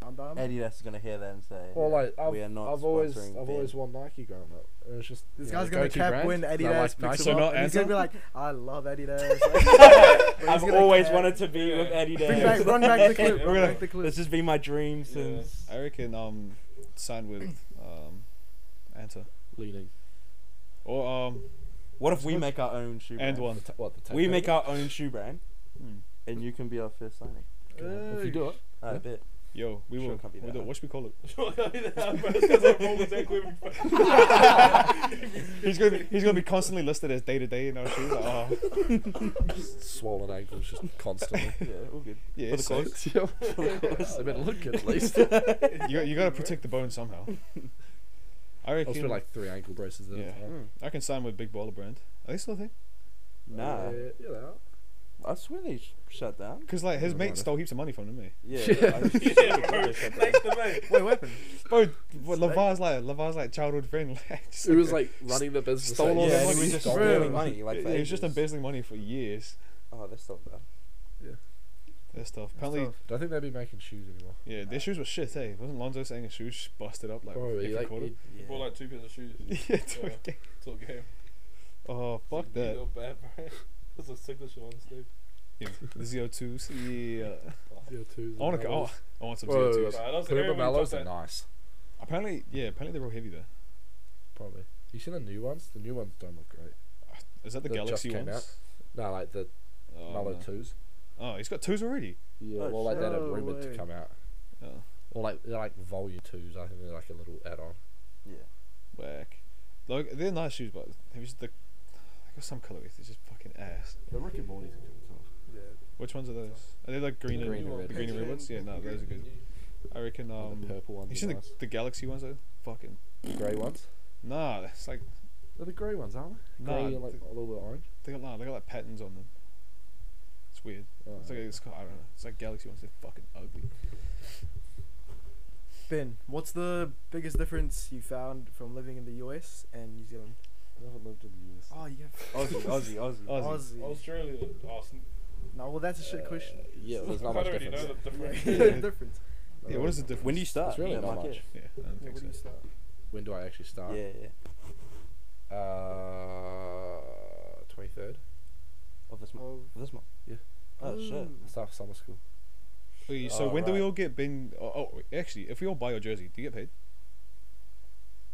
Dum Dum.
Adidas is gonna hear that and say,
Well, like
we
I've,
are not.
I've always
sponsoring
I've
Ben.
always worn Nike growing up. And it's just
This
you know,
guy's
the
gonna
go-to
cap
brand.
when
And I
Adidas
like
picks
Nike.
So
him
not
up. and He's gonna be
Anton?
like, I love Adidas.
I've always wanted to be with Adidas.
Bring back, run back the clip.
We're
Run
gonna-
back the clip.
This has been my dream since.
I reckon um signed with um Anta
leaning.
or um
What if we make our own shoe brand?
and one.
T- what the tape
We
over?
make our own shoe brand,
Hmm.
and you can be our first signing.
if you do it.
I
Yeah.
bet.
Yo, we
Sure
will.
can't be
we
that
do,
hard.
what should we call it? He's gonna be, he's gonna be constantly listed as day to day in our shoes. Like, oh,
swollen ankles just constantly.
Yeah, all good.
yeah,
For the
it's
clothes?
safe.
yeah, I better look good at least.
you got- you gotta protect the bone somehow. I
I was
reckon.
wearing like three ankle braces at
Yeah.
a time.
Hmm.
I can sign with Big Baller Brand. Are they still a thing?
Nah,
Uh, you know.
I swear they sh- shut down.
Cause like his
Doesn't
mate
matter.
stole heaps of money from him, eh? didn't he?
Yeah,
Yeah.
I swear
Yeah,
they
bro.
shut down.
Thanks to me.
Wait, what happened?
Bro, what Lavar's like Lavar's like childhood friend. Like, just
It was like running the business.
stole all
yeah,
their
Yeah,
money.
and we
Stole
just
their
stealing
money.
money. Like
it,
for
it was just
ages.
embezzling money for years.
Oh, that's still bad.
That's tough. Apparently,
Don't think they'd be making shoes anymore.
yeah, their shoes were shit. Hey, wasn't Lonzo saying his shoes busted up like
Probably,
every
like,
quarter?
it-
Yeah.
Bought like two pairs of shoes.
yeah, it's
Yeah.
okay.
It's all game.
Oh fuck that.
Not bad, bro. That's a signature one, Steve.
Yeah, zero twos. Yeah. I want to. Oh, I want some
Whoa,
zero
whoa,
twos.
whoa.
Right, those
Puma
everyone
Mallows
got
are
that.
nice.
Apparently, yeah. Apparently they're real heavy though.
Probably. You seen the new ones? The new ones don't look great.
Is that the
That just
Galaxy
came
ones?
No, like the
Oh,
Mallow
no.
twos.
Oh, he's got twos already.
Yeah.
Oh,
well, like that are
no
rumored
way.
to come out.
Oh,
Or like they're like volume twos. I think they're like a little add-on.
Yeah.
whack. Like they're nice shoes, but they was the. I got some colorways. They're just fucking ass.
The Rick and Morty's
Yeah.
Which ones are those? Are they like green,
green
and
and red.
the green and red ones? Yeah, no, those are good. I reckon.
the
Um,
purple ones.
you seen the, the Galaxy ones though? Fucking
the, grey ones?
nah. That's like
They're the grey ones, aren't they?
nah.
Grey
th-
and like a little bit orange.
they got nah. They got like patterns on them. It's weird.
Oh,
It's like it's called, I don't know. It's like Galaxy ones. They're fucking ugly.
Ben, what's the biggest difference you found from living in the US and New Zealand?
I haven't lived in the US.
Oh, you have
Aussie, Aussie, Aussie.
Aussie.
Aussie.
Australia. Oh, Austin.
No, well, that's a shit question.
yeah, there's not
I
much
already
difference.
know the difference.
Yeah.
difference.
Yeah, what is the difference?
When do you start?
It's really
yeah,
not
Mark,
much.
Yeah, I don't
Yeah,
think
where do you
so.
start?
When do I actually
Yeah,
start?
yeah. yeah.
Uh, 23rd.
Of this month.
Oh,
Of this month.
Yeah.
Oh shit.
Mm.
Ooh.
I start summer school.
Wait, so
Oh,
when do we
right.
all get Ben? Oh, oh, wait, actually, if we all buy your jersey, do you get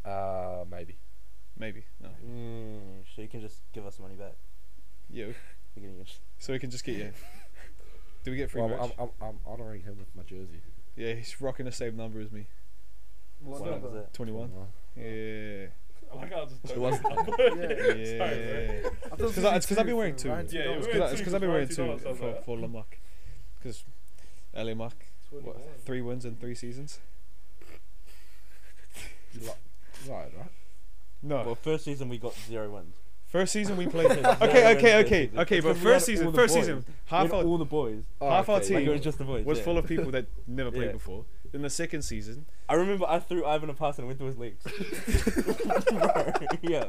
paid?
Uh, maybe.
Maybe no.
Mm, so you can just give us money back.
Yeah. we-
We're getting it.
So we can just get you. Do we get free
Well,
merch?
I'm, I'm, I'm honouring him with my jersey.
yeah, he's rocking the same number as me.
What
What
Wow.
was
number?
it?
Twenty-one. Yeah.
I like how I just.
It
don't-
wasn't-
Yeah.
Sorry, man.
Yeah.
I thought it
It's
was
because I've
52
been wearing
for
two.
Ryan's
Yeah,
goal.
you
It's
were- wearing
because
two
I've been
for
wearing two
$42, I was
for,
like-
for Lamarck. Because Lamarck, what,
21.
three wins in three seasons?
You li- Right, right?
No.
Well, first season we got zero wins.
first season we played.
Yeah,
okay, okay,
wins,
okay,
wins, wins.
okay. But
Because we had
first
all
season,
the
first
boys.
season,
We
half
had
our
all the boys.
Oh,
Half our
Like it
team
was just the boys.
was
yeah.
full of people that never played
Yeah.
before. Then the second season,
I remember I threw Ivan a pass and it went through his legs. Bro, yeah.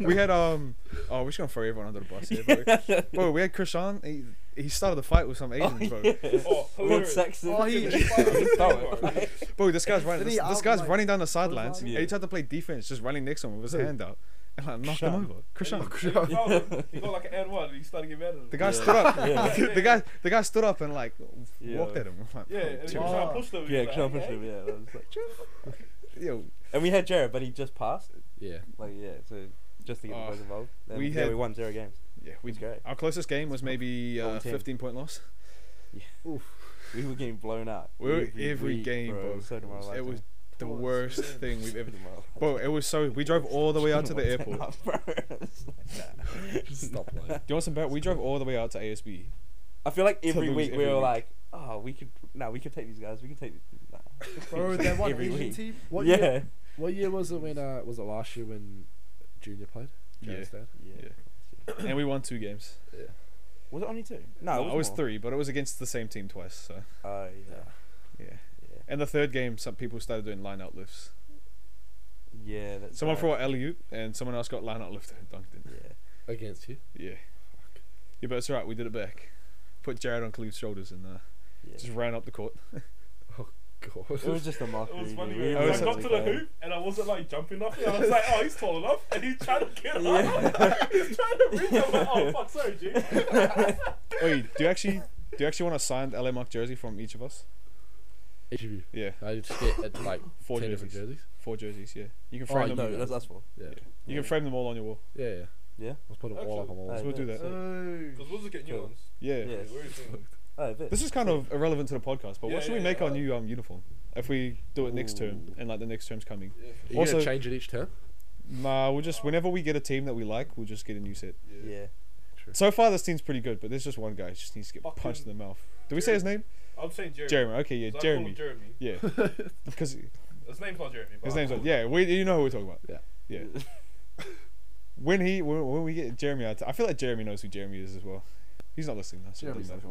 we had um. Oh, we're just gonna throw everyone under the bus here, bro. bro, we had Krishan. He, he started the fight with some Asians, bro.
Oh,
Lord
hilarious.
Saxon.
Oh, he-
Bro, this guy's running.
Didn't
This, this
he out,
guy's
like,
running down the
his
sidelines.
arm?
and
Yeah.
He tried to play defense, just running next to him with his hand out, and like, knocked him
Krishan.
over. Krishan.
He fouled him. He got like an and one and he started getting mad at him.
The guy
Yeah.
stood up.
Yeah.
the guy, the guy stood up and like
Yeah.
walked at him. I'm like,
Yeah,
bro,
and he
chill.
was
Oh,
trying to push them. he
Yeah,
was
because I
like,
pushed
"Hey,
him. Yeah, I was like-
Yo,
and we had Jared, but he just passed.
Yeah.
Like yeah, so just to get
Oh,
the boys involved. Then,
we
yeah,
had-
we won zero games.
yeah, we
It's great.
our closest game was maybe
Golden
uh,
team.
15 point loss.
We were getting blown out.
We were every
week,
game,
bro.
bro.
It was so tomorrow.
It was the
Pause.
worst
Yeah.
thing we've ever.
every tomorrow.
Bro, it was so. We drove all the way out to the airport.
Bro, it's like, nah.
Stop playing.
Do you want some better? We drove all the way out to ASB
I feel like
To
every
lose
week we
every
were
week.
like, oh, we could, no, we could take these guys. We could take. These, nah.
Bro, that one
Every
Asian
week.
team. What
yeah.
Year?
What year was it when? Uh, was it last year when Junior played?
Yeah.
Joe's dad?
yeah.
and we won two games.
Was it only two? No, it
I was
more.
three, but it was against the same team twice. So
Oh yeah.
yeah.
Yeah.
And the third game, some people started doing line out lifts.
Yeah, that's
Someone
right.
threw an alley oop, and someone else got line out lifted and dunked it.
Yeah.
Against you?
Yeah. Yeah, but it's alright. We did it back. Put Jared on Khalid's shoulders and uh,
yeah.
just ran up the court.
God.
it was just a mockery.
It was
dude.
funny.
We
when
were
I
really
got to the
bad.
hoop and I wasn't like jumping off it. I was like, oh, he's tall enough, and he's trying to get
Yeah.
up. he's trying to reach. I'm like, oh fuck, sorry, G.
Wait, do you actually do you actually want a signed LA Mark jersey from each of us?
Each of you.
Yeah,
I just get uh, like
Four
ten
jerseys.
different jerseys.
four jerseys. Yeah, you can
Oh,
frame them.
no, that's us four.
Yeah.
You can frame them all on your wall.
Yeah. Yeah.
Yeah?
Let's put them all up on
Actually-
my
Hey,
wall.
we'll do
that's
that.
it.
Oh.
Because we'll just get new
Cool.
ones.
Yeah.
Yeah.
Where is it?
Oh, bet.
This is kind of irrelevant to the podcast, but
Yeah,
what should
yeah,
we make
yeah.
our new um uniform if we do it next term
Ooh.
and like the next term's coming?
Yeah,
Are
for
you
Also-
gonna change it each term?
Nah, we'll just whenever we get a team that we like, we'll just get a new set.
sure.
Yeah.
So far, this team's pretty good, but there's just one guy who just needs to get punched in the mouth. Do we say his name?
I'm saying Jeremy.
Jeremy. Okay, yeah,
'cause I call him
Jeremy.
Jeremy.
Yeah, because
His name's not Jeremy. But
his
I
name's
call
like,
him-
yeah. We you know who we're talking about.
Yeah.
Yeah. When he when, when we get Jeremy out, I feel like Jeremy knows who Jeremy is as well. He's not listening. That's
Jeremy's
doesn't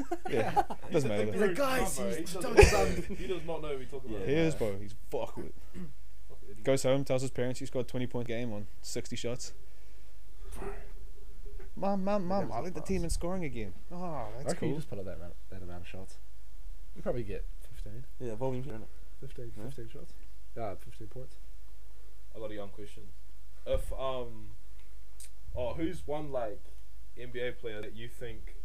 not
matter. Yeah,
He's
doesn't
a
matter.
big
though.
He's like,
rude
"Guys,
cunt, bro.
he's
He doesn't
dumb
know- He does not know what we're talking about.
He is, bro. He's fuck with it.
Fuck idiot.
Goes home, tells his parents he scored a 20 point game on 60 shots. Mom, mom, mom, I led the team in scoring again. Oh, that's
I reckon You
cool.
just put up that amount, that amount of shots. You probably get 15,
Yeah, volume. isn't it?
15,
Yeah.
15 shots. Uh, 15 points.
I got a young question. If um, oh, who's one like NBA player that you think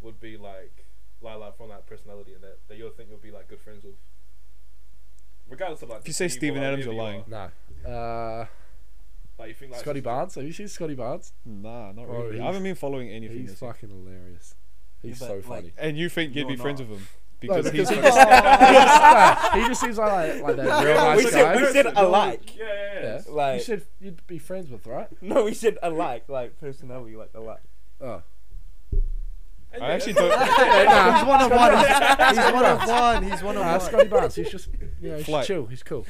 would be like like, like from that personality and that that you think would be like good friends with? Regardless of like.
If
the
you say
team or,
Steven
like,
Adams,
whoever
you're
you
lying.
are.
No. Uh,
Like you think like
Scotty
just-
Barnes. Have you seen Scotty Barnes?
Nah, not
Bro,
really. I
he's-
haven't been following anything.
He's
this year.
fucking hilarious.
Yeah,
He's
but,
so
like-
funny.
And you think you'd be
You're
friends
not.
with him
No,
because, he's
he
fucking-
just, nah, he just seems like, like that real
we,
nice
said,
guy.
we said alike.
Yeah, yeah, yeah.
Yeah.
Like-
you said you'd be friends with, right?
No, we said alike. Like personality, like alike.
Oh.
And
I
yeah,
actually
that's-
don't.
He's one of one. He's one of one. He's one
Nah,
of
Scotty
one.
Barnes. He's just, you know, he's
Flight.
chill. He's cool.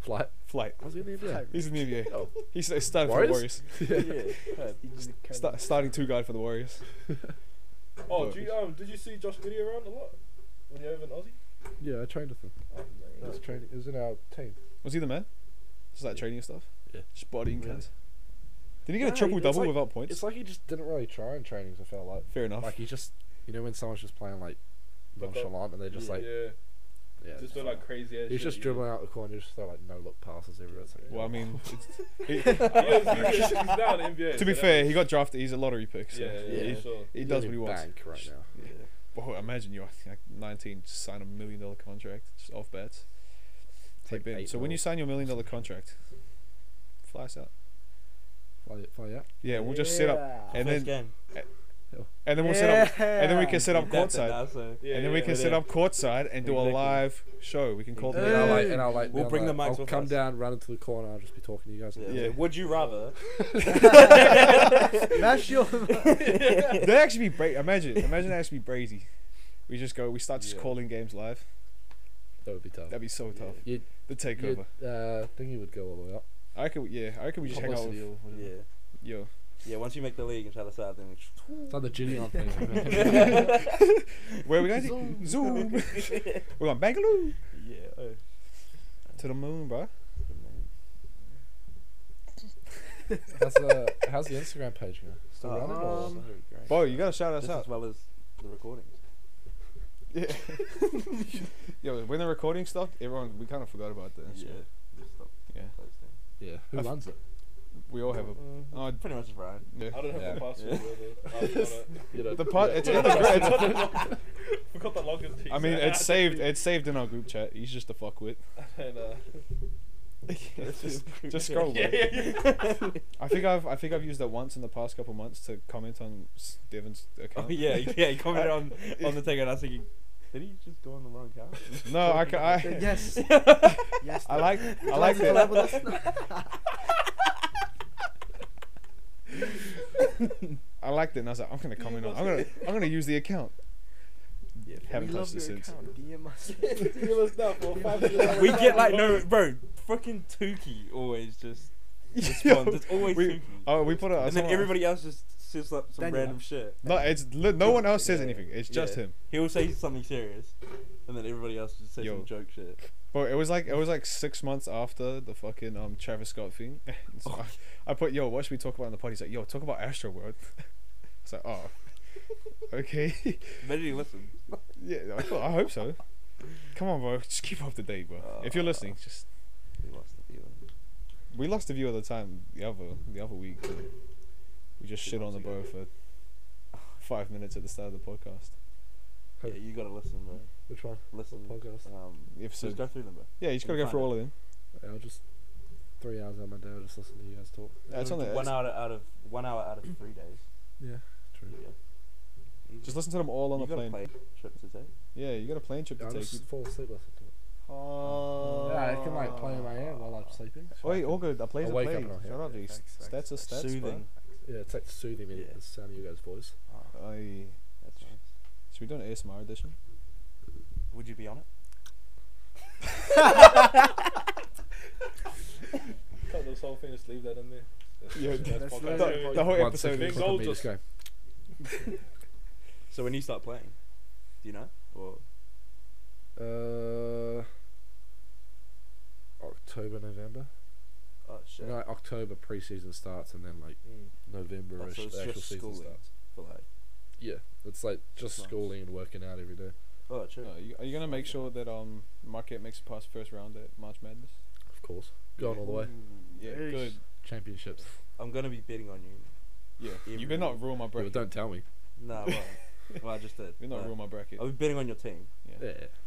Flight.
Flight.
Was he in the NBA?
He's in the NBA. He's uh, starting for the
Oh. Warriors?
Warriors.
yeah. uh,
Sta- starting two guard for the Warriors.
Oh, do you, um, did you see Josh Giddy around a lot when you're over in Aussie?
Yeah, I trained with him.
Oh,
He
man.
was training. He was in our team.
Was he the man? Just like training and stuff?
Yeah.
Just bodying
Really?
cats. Did he get
Nah,
a
he-
triple double
it's like-
without points?
It's like he just didn't really try in trainings. I felt like.
Fair enough.
Like he's just, you know, when someone's just playing like
Look up.
nonchalant and they're just
Yeah.
like,
yeah,
yeah,
just do like crazy ass.
he's just
shit,
dribbling out the corner, just throw like no look passes everywhere. It's like,
well, I mean, it's,
Yeah, He is- he is- he's now in the NBA.
to be
so
fair,
that-
he got drafted. He's a lottery pick, so
yeah, yeah,
he,
yeah, sure.
he does what he wants.
Bank right now.
Well, imagine you're like 19, just sign a million dollar contract just off bets.
It's
Hey,
like
Ben,
eight
so when you
mil.
sign your million dollar contract, fly us out.
fly, fly out.
Yeah, we'll just set up,
Yeah.
and
first
then
game.
and then we'll set up, and then we can set up
Did that then,
courtside,
now, so-
Yeah,
and then we
yeah,
can
yeah.
set up courtside and do a
Exactly.
live show. We can call
And I'll
them.
like, and I'll like,
We'll
I'll,
bring the
like-
mics
I'll
with
come
us.
down, run into the corner. I'll just be talking to you guys.
Yeah.
and-
Yeah.
Would you rather?
That's your.
They actually be bra- imagine imagine that actually be brazy. We just go. We start just
Yeah.
calling games live.
That would be tough.
That'd be so tough.
You'd-
The
You'd,
takeover.
uh, think you would go all the way up.
I reckon. Yeah, I reckon we just hang out.
Publicity
With,
or whatever.
Yeah.
yo,
Yeah. Once you make the league and try this out, then.
It's like the Ginny on thing.
where are we going? Zoom. Zoom. We're going Bangalore
Yeah. Oh.
to the moon, bro.
how's the How's the Instagram page going? Still
Oh,
running? or-
um,
Bro, you gotta shout us
Just
out.
as well as the recordings.
Yeah. Yo, when the recording stopped, everyone we kind of forgot about that.
Yeah. Just stop
Yeah.
posting.
yeah. Who
I've-
runs it?
We all have a.
Uh,
Oh,
pretty much just Ryan.
yeah.
I don't have
Yeah.
a password. Yeah.
You know,
The part. It's in the group.
I
it's-
forgot the login. piece.
I mean, it's
just-
saved. It's saved in our group chat. He's just a fuckwit.
and, uh,
just, just scroll.
yeah,
bro.
yeah, yeah.
I think I've. I think I've used that once in the past couple months to comment on s- Devin's
Oh
account.
yeah, yeah. He commented
Uh,
on on the thing, and I was thinking, did he just go on the wrong car?
No, I. ca- I
yes. Yes.
I like I like
Collab
that.
with us.
I liked it, and I was like, I'm gonna come in. on- I'm gonna I'm gonna use the account.
Yeah.
Haven't
we love
touched it
your
since.
account. DM us.
Deal us now for five dollars.
we get like no bro, fucking Tukey always just responds. It's always
we,
Tukey.
oh, we put it.
and then
someone-
everybody else just says like some
Daniel.
random shit.
No, it's li- no one else says
Yeah.
anything. It's just
Yeah.
him.
He'll say something serious, and then everybody else just says
Yo.
some joke shit.
But it was like it was like six months after the fucking um Travis Scott thing. so
Oh.
I, I put yo, what should we talk about in the party? He's like, yo, talk about Astro World. It's like, oh, okay,
Imagine he listens.
yeah, I, thought- I hope so. Come on, bro, just keep up to date, bro. if
Uh,
you're listening, just
We lost the viewer.
we lost a view at the time the other the other week. so we just
Two
shit on
months
the bro for five minutes at the start of the podcast.
Yeah, you gotta listen, bro.
Which one?
Listen.
Podcast.
Um,
If so,
just go through them, bro.
yeah, you just gotta
You'll
go through
find
all of them.
I'll just three hours out of my day. I'll just listen to you guys talk.
Yeah, it's on there.
One hour out of one hour out of three days.
Yeah, true.
Yeah.
Just listen to them all on
you
the
gotta
plane.
play trips to take.
Yeah, you got a plane trip to
I'll
take.
just fall asleep listening to it.
Oh.
Yeah, I can like play in my ear while I'm sleeping. so I
Oi,
can-
all good. I plays
I'll
a
wake up
play.
and I'll hear
Shut
it.
up, dude.
Thanks, thanks,
Stats are stats.
Soothing.
Yeah, it's like soothing me.
Yeah.
The sound of you guys' voice.
Oh,
bro. Oi.
that's nice.
Should we do an ASMR edition?
Would you be on it?
Cut this whole thing. Just leave that in there. That's,
Yeah,
that's
podcast.
literally
The,
what
the whole
One
episode
second,
is.
Big
fucking
goal
me, just go.
So when you start playing, do you know? Or
Uh, October, November.
oh
You
shit.
know, like October preseason starts, and then like
Mm.
November
Oh, so
ish
it's
the actual
just
season
schooling
starts.
for like.
Yeah, it's like just
Nice.
schooling and working out every day.
Oh, true.
Uh, you, are you gonna make sure that um Marquette makes it past first round at March Madness?
Of course, going all the way.
Yeah,
Yes.
good.
Championships.
I'm gonna be betting on you.
Yeah, you
Every-
better not ruin my
Yeah,
bracket.
but don't tell me.
Nah, well, well I just did.
You're not
Uh,
ruin my bracket.
I'll be betting on your team
Yeah.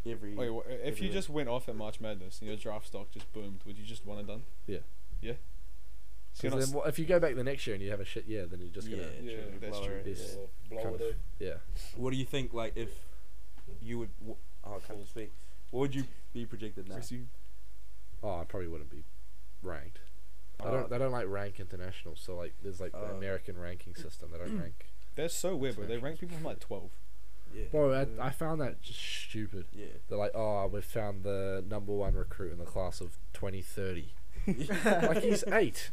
Yeah,
every.
Wait, wha- if
every
you
week.
just went off at March Madness and your draft stock just boomed, would you just want it done?
Yeah.
Yeah. So you're
because
not.
then
s-
what, if you go back the next year and you have a shit year, then you're just gonna
Yeah,
Yeah,
true,
that's
blow
true.
it,
Yes.
yeah.
Blow
Kind
it.
yeah.
What do you think? Like, if you would, w- oh, I can't speak. What would you be projected now?
Resume.
Oh, I probably wouldn't be ranked. I
Oh,
don't. They don't like rank international. So like, there's like the
Oh.
American ranking system. They don't rank.
They're so weird, bro. They rank people from like 12.
Yeah.
Bro, I, I found that just stupid.
Yeah.
They're like, oh, we've found the number one recruit in the class of 2030. like he's eight.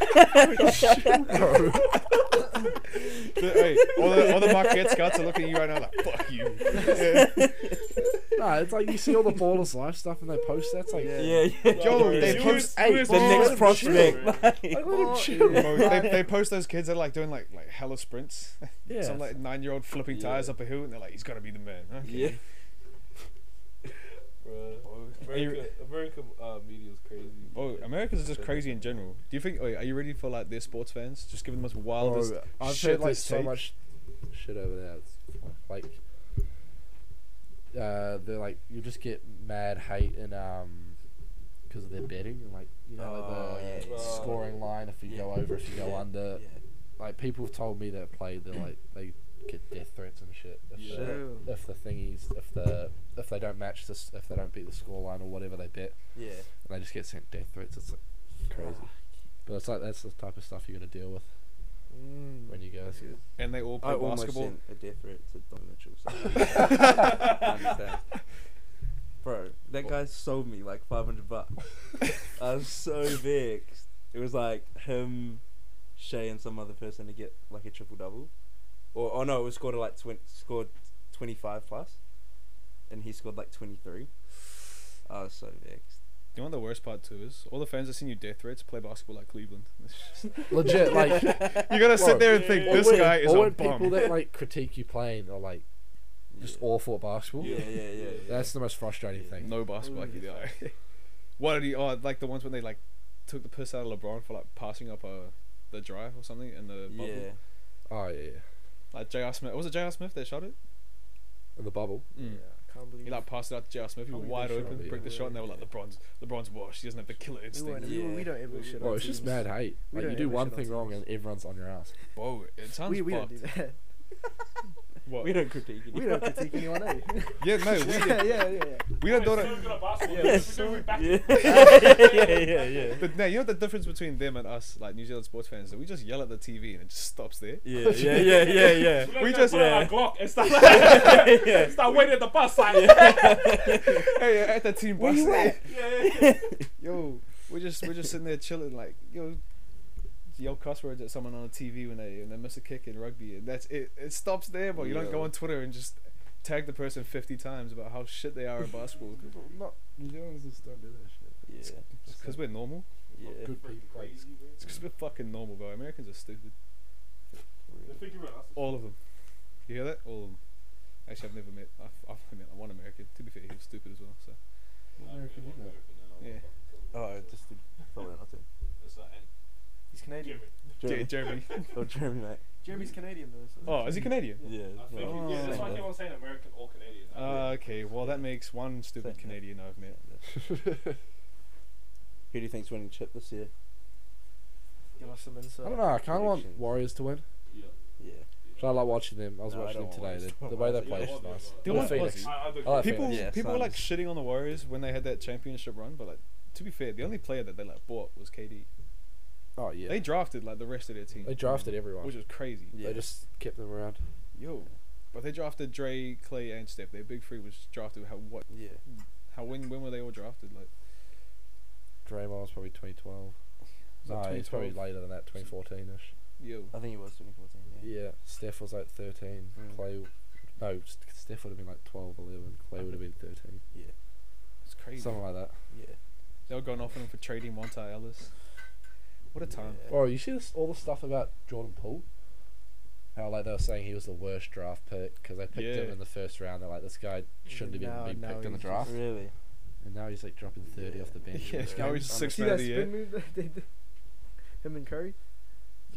Bro.
The- hey, all the, all the Marquette scouts are looking at you right now like, fuck you. Yeah.
Nah, it's like you see all the ballers live stuff and they post that's like
Yeah. yeah,
Yo,
Yeah.
they
You
post
eight.
the next prospect.
Like,
like-
let him
Oh,
chill.
yeah.
Bro, they, they post those kids that are like doing like like hella sprints.
Yeah.
Some like nine year old flipping
Yeah.
tires up a hill, and they're like, he's gotta be the man. Okay.
yeah.
Bro,
Are you-
America, American uh, media is crazy.
Oh, Americans are just crazy in general. Do you think? Wait, are you ready for like their sports fans? Just give them the most wildest.
Bro, I've
shit
heard like
that's
so
taped.
much shit over there. It's like uh, they're like you just get mad hate and um because of their betting and like you know
Oh,
like, the
yeah.
scoring line if you go over if you go
Yeah,
under
Yeah.
like people have told me that played they like they get death threats and shit if,
Yeah.
the,
True.
if the thingies if the if they don't match this if they don't beat the score line or whatever they bet
Yeah.
and they just get sent death threats it's like crazy but it's like that's the type of stuff you got to deal with
Mm.
when you go
And they all
I
play
almost
basketball.
sent a death threat to Don Mitchell. So I understand. Bro, that guy sold me like 500 bucks. I was so vexed. It was like him, Shay, and some other person to get like a triple double, or oh no, it was scored like twen- scored 25 plus, and he scored like 23. I was so vexed.
You know what the worst part too is? All the fans that seen you death threats play basketball like Cleveland. It's just-
legit like
you gotta
Bro.
sit there and think
Yeah.
this
Or when-
guy is
or
a
when people
bum.
that like critique you playing are like just
yeah.
awful at basketball.
Yeah, yeah, yeah. yeah.
That's the most frustrating
Yeah.
thing.
No basketball like oh, you do. What did he? Oh, like the ones when they like took the piss out of LeBron for like passing up a the drive or something in the bubble.
yeah.
Oh yeah, yeah.
Like J.R. Smith, was it J.R. Smith that shot it?
in the bubble.
Mm.
Yeah, can't believe
He like passed it out to J.R. Smith. He
Oh,
was
we
wide
did shot
open,
it, yeah.
bricked the shot, and they were like, "LeBron's, LeBron's washed. He doesn't have the killer
we,
instinct."
weren't- we,
Yeah.
we don't ever shit.
Bro,
on
it's just
teams.
mad hate.
We
Like
don't
you do
ever
one
shit on
thing wrong
teams.
and everyone's on your ass.
Bro, it sounds
We, we don't
fucked.
do that.
What?
We don't critique
We don't critique anyone, eh?
yeah, no, we,
yeah, yeah, yeah, yeah.
we don't know
We're so
that.
good at basketball.
Yeah,
we're
so-
doing it back-
yeah. yeah, yeah, yeah.
But no, you know the difference between them and us, like New Zealand sports fans, that we just yell at the TV and it just stops there.
Yeah, yeah, yeah, yeah, yeah.
We,
We
just
just-
put out our Glock and start,
Yeah.
start waiting at the bus sign.
hey, yeah, at the team
Where
bus.
you
eh?
Yeah, yeah.
Yo, we're just we're just sitting there chilling, like yo, yell cuss words at someone on the TV when they when they miss a kick in rugby, and that's it. It stops there, but you don't go
Yeah.
on Twitter and just tag the person fifty times about how shit they are at basketball
Not New Zealanders just don't do that shit.
Yeah,
because we're normal.
yeah.
Good people.
Crazy, man.
It's because we're fucking normal, bro. Americans are stupid.
They're thinking about us.
All of them. You hear that? All of them. Actually, I've never met. I've, I've only met one American. To be fair, he was stupid as well. So
American, you know.
yeah,
Oh, just the someone else.
He's Canadian.
Jer-
Jeremy.
Jeremy.
Oh, Jeremy, mate.
Jeremy's Canadian though. So
oh, is he Canadian?
Yeah.
think he- yeah, that's
that's why
why
I
I keep
keep on saying American or Canadian.
Uh, okay, well that makes one stupid
Thank you.
Canadian I've met.
Who do you think's winning chip this year?
Give us some insight.
I don't know. I kind of want
Predictions.
Warriors to win.
yeah.
Yeah.
So I like watching them. I was
No, I
watching them
don't
today.
want
The,
Warriors.
the way they
Yeah,
play
I
is
want
nice.
them,
but-
Or
I-
Phoenix.
I, I do
I like
people
Phoenix.
Yeah,
people were like
Suns.
shitting on the Warriors when they had that championship run, but like to be fair, the only player that they like bought was KD.
Oh yeah.
They drafted like the rest of their team,
They drafted everyone.
which was crazy.
Yeah.
They just kept them around.
Yo, but they drafted Dre, Clay, and Steph. Their big three was drafted. How what?
Yeah.
How when? When were they all drafted? Like
Draymond was probably 2012.
Was it
No, he's probably
2012?
later than that, 2014 ish.
yo,
I think he was 2014. Yeah.
Yeah, Steph was like 13.
Mm.
Clay, no, S- Steph would have been like 12, 11. Clay would have been 13.
Yeah.
it's crazy.
Something like that.
Yeah.
They were going off on him for trading Monte Ellis. What a time!
Yeah.
Oh, you see this, all the stuff about Jordan Poole? How like they were saying he was the worst draft pick because they picked him
Yeah.
in the first round. They're like, this guy shouldn't have
Now-
even been
now
picked in the
he's
draft.
Really?
And now he's like dropping 30 off the bench.
Yeah,
It's
now
like,
he's six
See
man of
that
the
spin
year.
move that they did? Him and Curry?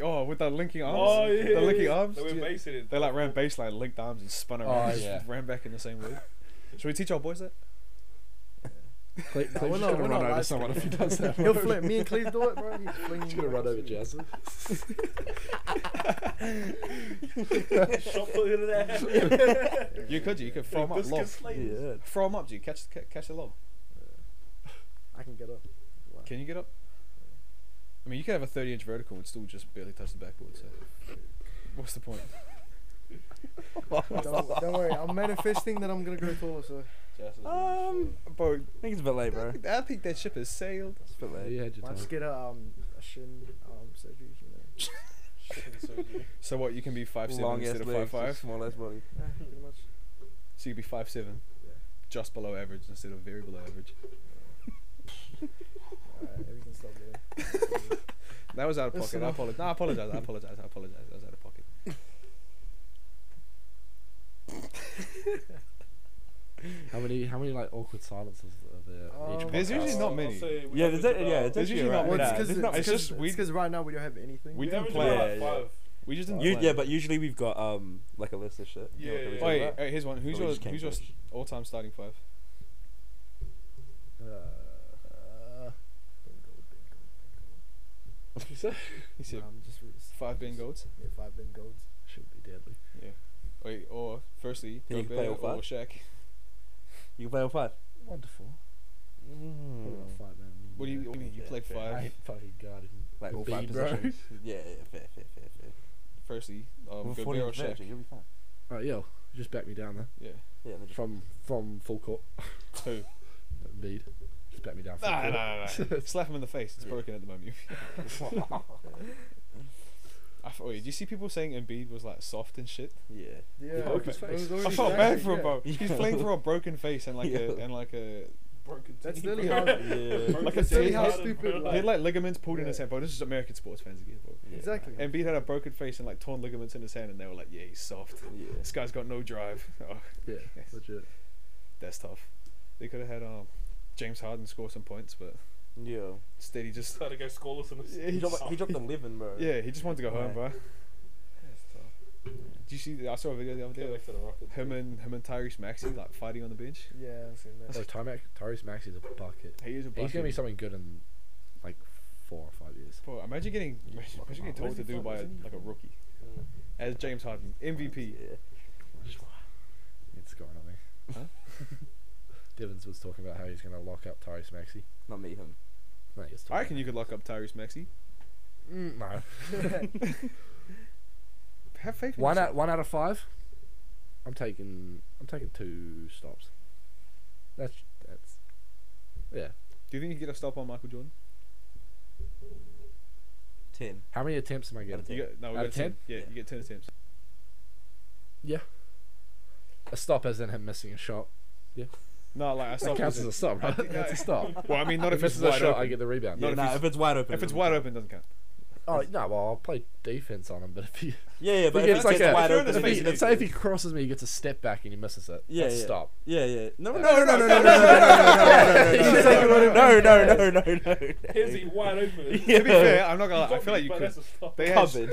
Oh, with the linking arms.
Oh, yeah,
the linking
yeah.
arms.
They were
yeah.
basing it.
They like ran baseline, linked arms, and spun around.
Oh,
just
yeah.
Ran back in the same way. Should we teach our boys that?
Clay-
Nah,
Clay's
we're
just
not-
gonna
we're
run
not
over
live
someone if he does that.
He'll flip. Me and Cleve do it, bro. He's flinging.
He's gonna run over
Jazz.
Jasmine.
Shot put into there.
You could, you could throw 'em up, lob.
Discus slate.
Yeah.
Throw 'em up, do you catch, ca- catch the lob?
I can get up. Wow.
Can you get up? I mean, you could have a thirty-inch vertical and still just barely touch the backboard. So, what's the point?
don't, don't worry, I'm manifesting that I'm gonna go taller. So
Um,
Bro,
I think it's a bit late, bro.
I think that ship has sailed.
It's a bit
Yeah,
late.
you had your
might
time.
just get a um a shin um surgery. You know.
So what? You can be five seven
Long ass
instead of
legs,
five
just
five.
small ass body.
Yeah, pretty much.
So you could be five seven,
Yeah.
just below average instead of very below average.
Alright, we can stop there.
That was out of
That's
pocket. I
enough.
apologize. No, I apologize. I apologize. I apologize. That was out of pocket.
How many, how many like awkward silences are there? in each
Um,
There's usually
podcast?
not many.
Yeah, there's that, yeah,
There's
it's
uh,
actually
usually
alright.
not
Well,
many.
it's
nah,
because
there's
it's,
not- it's
just
just we-
because right now we don't have anything. Uh,
We didn't
average
plan.
about like
Yeah,
uh, five.
We just didn't.
You,
plan.
yeah, but usually we've got um like a list of shit.
Yeah,
Like, we
yeah,
talk
yeah.
Wait,
about.
hey, here's one. Who's
we
your
just came
who's your
first.
all-time starting five?
Uh,
You said?
He said
um, just re-
five Ben Golds.
Yeah, five Ben Golds.
Should be deadly.
Yeah. Wait, or firstly,
Then you can play
Gobert
all
or
five?
Shaq.
You can play all five. Hmm.
Wonderful. Hmm. What about five, man?
What do you, what do you mean? You
Yeah,
played
fair.
five.
I ain't fucking guarding.
Like all
Embiid,
five
bro.
positions. Yeah, yeah, fair, fair, fair, fair.
Firstly, um,
Well,
Gobert
40
or
is
Shaq.
Virgil, You'll be fine.
Oh, yo, just back me down there.
Yeah.
Yeah, they're just
From from full court,
Who?
Embiid. Just back me down. Full
Nah,
court.
nah, nah. Slap him in the face. It's
Yeah.
broken at the moment. I thought, wait, do you see people saying Embiid was like soft and shit?
yeah.
Yeah,
broke
it
his
was
face.
already
I felt
drafted,
bad for him,
yeah.
bro. He's playing for a broken face and like a
Yeah.
and like a
Broken
That's
team.
literally how.
Yeah.
Like a
That's literally
team.
how
Yeah.
stupid.
he had
Like,
like ligaments pulled in his
Yeah.
hand, bro. This is American sports fans again, bro.
Yeah.
exactly.
Embiid had a broken face and like torn ligaments in his hand, and they were like, "Yeah, he's soft.
Yeah.
This guy's got no drive." Oh,
Yeah, legit.
that's tough. They could have had um, James Harden score some points, but
Yeah.
instead he just
Started to go scoreless in this.
Yeah,
He
he
dropped, he dropped 11, bro.
yeah he just wanted to go home, bro.
Right.
Do you see? the- I saw a video the other day
Get
of
back to the Rockets.
him and him and Tyrese Maxey like fighting on the bench.
Yeah, I've seen
Oh,
that.
Tymac, Tyrese Maxey's a bucket.
He is a
He's gonna be
bucket.
something good in like four or five years.
Bro, imagine getting imagine, imagine getting told what to do by a, like a rookie. As James Harden, MVP.
Yeah.
It's going on me. Divins was talking about how he's going to lock up Tyrese Maxey.
Not me, him.
No, he was
I
talking
reckon you could lock up Tyrese Maxey.
Mm, no.
Have faith. in
One
yourself.
out, one out of five. I'm taking. I'm taking two stops. That's that's. Yeah.
Do you think you could get a stop on Michael Jordan?
Ten.
How many attempts am I getting?
You get, no, we
Out
got
of
10.
10?
Yeah,
Yeah.
you get 10 attempts.
A stop as in him missing a shot.
No, like I
That
stop.
counts as a stop, right?
think-
That's a stop.
well, I mean, not
If
if it's
misses a
wide
shot,
open.
I get the rebound.
Not
yeah,
if
nah,
he's-
if it's wide open.
if it's
then-
wide open, it doesn't count.
Oh no! Well, I'll play defense on him, but if he,
Yeah, yeah, but
Yeah,
if
it's
it's
like a-
wide
if you're in
open.
the
then
if
space-
it's-
he
Basically.
let's say if he crosses me, he gets a step back and he misses it.
Yeah,
that's
yeah.
stop.
Yeah, yeah. No, no,
No,
no,
no,
no,
no,
no,
no,
no, no, no, no, no, no, no, no, no, no, no, no.
Here's he wide open.
Yeah.
To be fair, I'm not
You
gonna lie. I
got
feel
me,
like you
but
could.
that's a stop.
They had
Covered.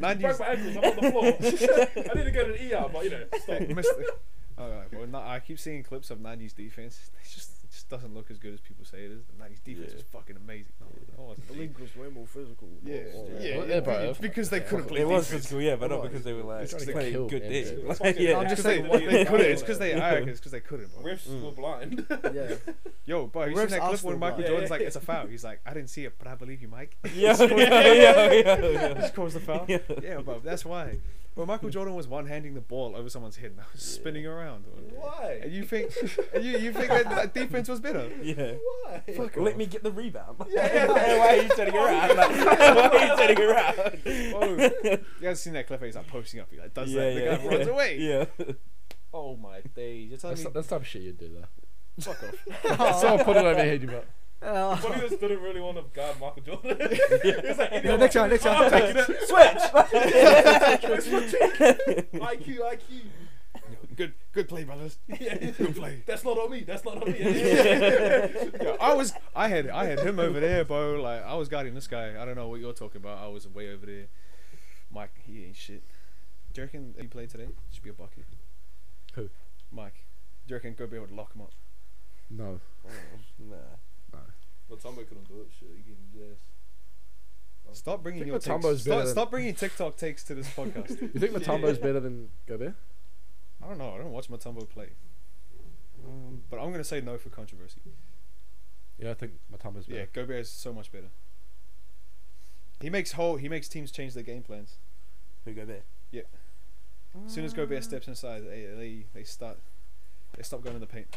none
Broke
used.
my ankles. I'm on the floor. I need to go to
E
the ER, but you know, stop.
missed it. All right, well, not, I keep seeing clips of 90s defense. It just, it just doesn't look as good as people say it is. The 90s defense
Yeah.
was fucking amazing. Oh, No, no one's
The league was way more physical.
Yeah,
Yeah.
yeah,
Well,
yeah,
yeah, bro.
it's because they couldn't play
It was
defense.
physical, yeah, but not
Come on.
because they were like
trying to
playing
kill
good
them,
dick.
dude.
Like, yeah.
It's
I'm just
'cause they,
saying what
they
they
couldn't.
did.
It's because they. I reckon it's because they couldn't, bro.
Refs were blind.
yeah.
Yo, bro, you seen
Refs
that
are
clip
still
when Michael
blind.
Jordan's
Yeah.
like, "It's a foul." He's like, "I didn't see it, but I believe you, Mike."
Yeah, yeah, yeah, yeah, yeah.
Just caused the foul. Yeah, bro, that's why. But Michael Jordan was one-handing the ball over someone's head and I was spinning around. And
Why?
you think, and you you think that, that defense was better?
Yeah.
Why?
Fuck
Let
off.
me get the rebound. Yeah, why are you turning around? Like, why are you turning around?
Oh, you guys seen that clip? where He's like posting up. He like does that. The guy runs away.
Yeah.
Oh my days! You're telling
That's,
me
that's the type of shit you'd do
fuck off.
though. Someone put it over your head, you butt.
But he just didn't really want to guard Michael Jordan. He's like, you
No,
know
next
what?
round, next
I'm
round.
taking it. IQ, IQ.
Good, good play, brothers.
Yeah.
Good play.
That's not on me. That's not on me.
Yo, I was, I had, I had him over there, bro. Like I was guarding this guy. I don't know what you're talking about. I was way over there. Mike, he ain't shit. Do you reckon if he played today, should be a bucket?
Who?
Mike. Do you reckon Gobert would lock him up?
No.
Nah.
But Tombo couldn't do it. Shit, he can guess.
Stop bringing
Think
your
Matumbo's
takes.
better
Stop,
than-
stop bringing TikTok takes to this podcast.
You think Matumbo's better than Gobert?
I don't know. I don't watch Matumbo play, Um, but I'm gonna say no for controversy.
Yeah, I think Matumbo's better.
Yeah, Gobert is so much better. He makes whole. He makes teams change their game plans.
Who go there?
As soon as Gobert steps inside, they they, they start. They stop going in the paint.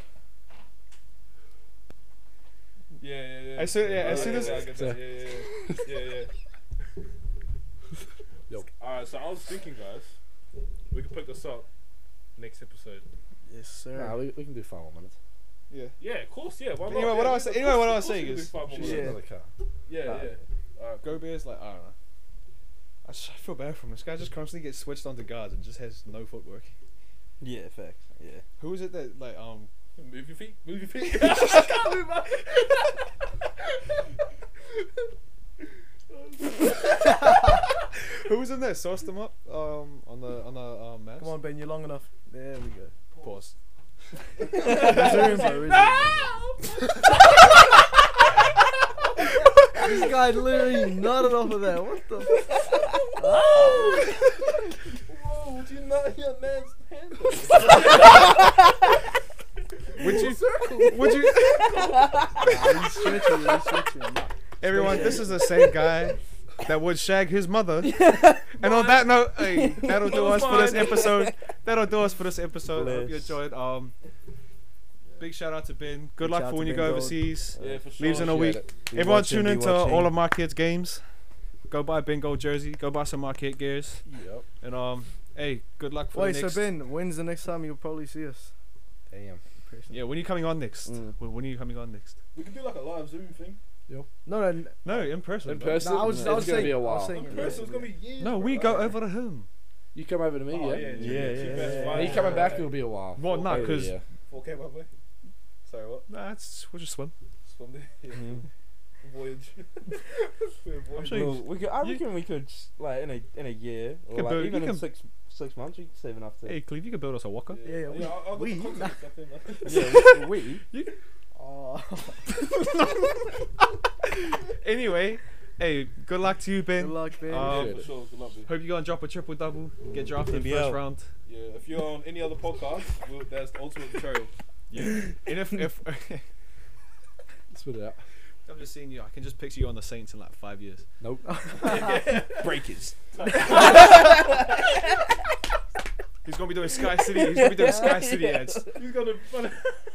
Yeah, yeah, yeah.
As soon- yeah, as
Oh,
soon as-
yeah, I get that. yeah, yeah, yeah, yeah, yeah.
Yep.
All right, so I was thinking, guys, we could pick this up next episode.
Yes, sir.
Nah, we, we can do five more minutes.
Yeah.
Yeah, of course. Yeah. Why
Anyway,
not?
what
yeah,
I was-
yeah, of
anyway,
course-
what I
of
was
course
saying
we can
is-
do five more
She's
minutes.
another car.
yeah, yeah. All right.
Gobert's like I don't know. I, just, I feel bad for him. This guy just constantly gets switched onto guards and just has no footwork.
Yeah, facts. Yeah.
Who is it that like um?
Move your feet. Move your feet.
Who was in there? Sauced him up um on the on the um maps.
Come on, Ben, you're long enough. There we go.
pause.
Resume, bro, resume. this guy literally nodded off of that. What the? F-
Whoa! Did you not hear man's hand?
Would you? Would you?
nah, he's stretching, he's stretching.
Everyone, this is the same guy that would shag his mother. and on that note, hey, that'll do us for this episode. That'll do us for this episode. I hope you
Bless.
enjoyed. Um, big shout out to Ben. Good
Big
luck
shout
for
out
when
to
you
Ben
go
Gold.
overseas.
Yeah, for sure.
Leaves in a week.
Be
Everyone
watching,
tune
be
into
watching.
all of Marquette's games. Go buy a Ben Gold jersey. Go buy some Marquette gears.
Yep.
And um, hey, good luck for
Wait,
the
so
next.
Ben, when's the next time you'll probably see us?
Damn.
Yeah, when are you coming on next?
Mm.
When when are you coming on next?
We can do like a live Zoom thing.
No, no, n-
No, in person.
In
bro.
person?
no I was,
It's
I was
gonna
saying,
be a
I
while.
was saying,
In person, it's
yeah.
gonna be years.
No, we
bro.
go over to him.
You come over to me,
Oh,
yeah?
yeah,
Yeah,
cheap
yeah,
ass
yeah.
flight.
And you coming back, it'll be a while.
Well, nah,
Over
'cause-
here.
4K, by the way. Sorry, what?
Nah, it's, we'll just swim.
Swim there.
Mhm.
Voyage. We're voyaging.
sure you-
Well, we could, I
you-
reckon we could s- like in a in a year or
could
like
build- you
even in
can-
six six months we could save enough to
Hey, Cleve, you can build us a walker.
Yeah, yeah, we-
I'll, I'll
we-
get the contacts, I think, like-
yeah we
Oh,
anyway, hey, good luck to you,
Good
Ben.
luck, Ben.
Um,
yeah, for sure. Good luck, dude.
Hope you go and drop a triple double, get drafted in the
NBL.
first round.
Yeah, if you're on any other podcast, we'll, that's the ultimate betrayal.
And if, if
Spit it out.
I'm just seeing you, I can just picture you on the Saints in like five years.
Nope.
Breakers. He's gonna be doing Sky City. He's gonna be doing Sky City ads.
He's gonna. Funny.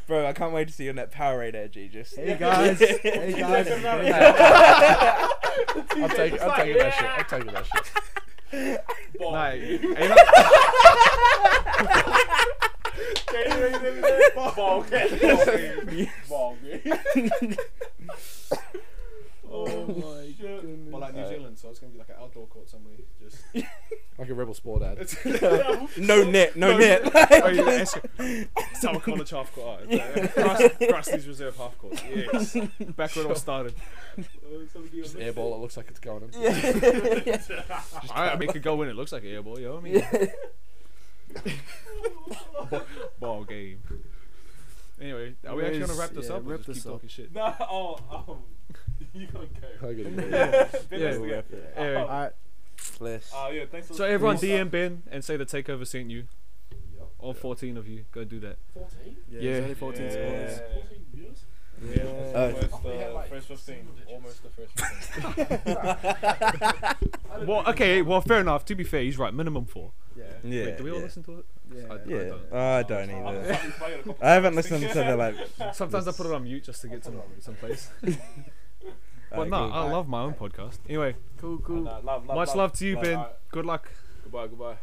Bro, I can't wait to see you on that Powerade edgy. Just
hey guys, hey guys.
Check him out.
I'm taking. I'm taking that shit. I'm taking that shit.
Like,
Ball.
and you know-
Ball. Ball. game. Ball. game.
Oh my
Shit.
goodness.
well, like New
Alright.
Zealand, so it's gonna be like an outdoor court somewhere. Just
Like a rebel sport ad.
no net, no, net.
oh, yeah, it's, it's our college half court. Uh, Grass, Grassley's reserve half court. Yes, back when it all started.
Just airball. It looks like it's going in.
I, I mean, it could go in. It looks like an air ball. You know what I mean? Ball- ball game. Anyway, are we actually gonna
Anyways,
wrap this
yeah,
up? Or
wrap
just
this
keep
up.
talking shit.
Nah, oh, um, you gotta
I
go.
gotta go.
Ben
yeah.
has to go.
Anyway,
Alright,
Bless.
Oh, yeah, thanks for
so everyone
Peace.
DM Ben and say the takeover sent you.
Yep.
All 14 of you, go do that.
14?
yeah,
Yeah.
there's only 14
Yeah.
spots.
14 views?
Yeah.
Oh.
Almost
They had,
the
like,
first 15. Almost the first 15.
Well, okay, well, fair enough. To be fair, he's right. Minimum four.
yeah.
yeah.
Wait, do we all
yeah.
listen to it?
Yeah.
I-
Yeah.
don't.
Oh, I don't either.
I'm probably gonna copy
I haven't listened to the like.
Sometimes I put it on mute just to get some someplace.
uh,
But no,
Google.
I love my own podcast. Anyway,
Cool,
that.
cool.
Nah, love, love,
much love to you,
Love.
Ben.
Alright.
Good luck.
Goodbye, goodbye.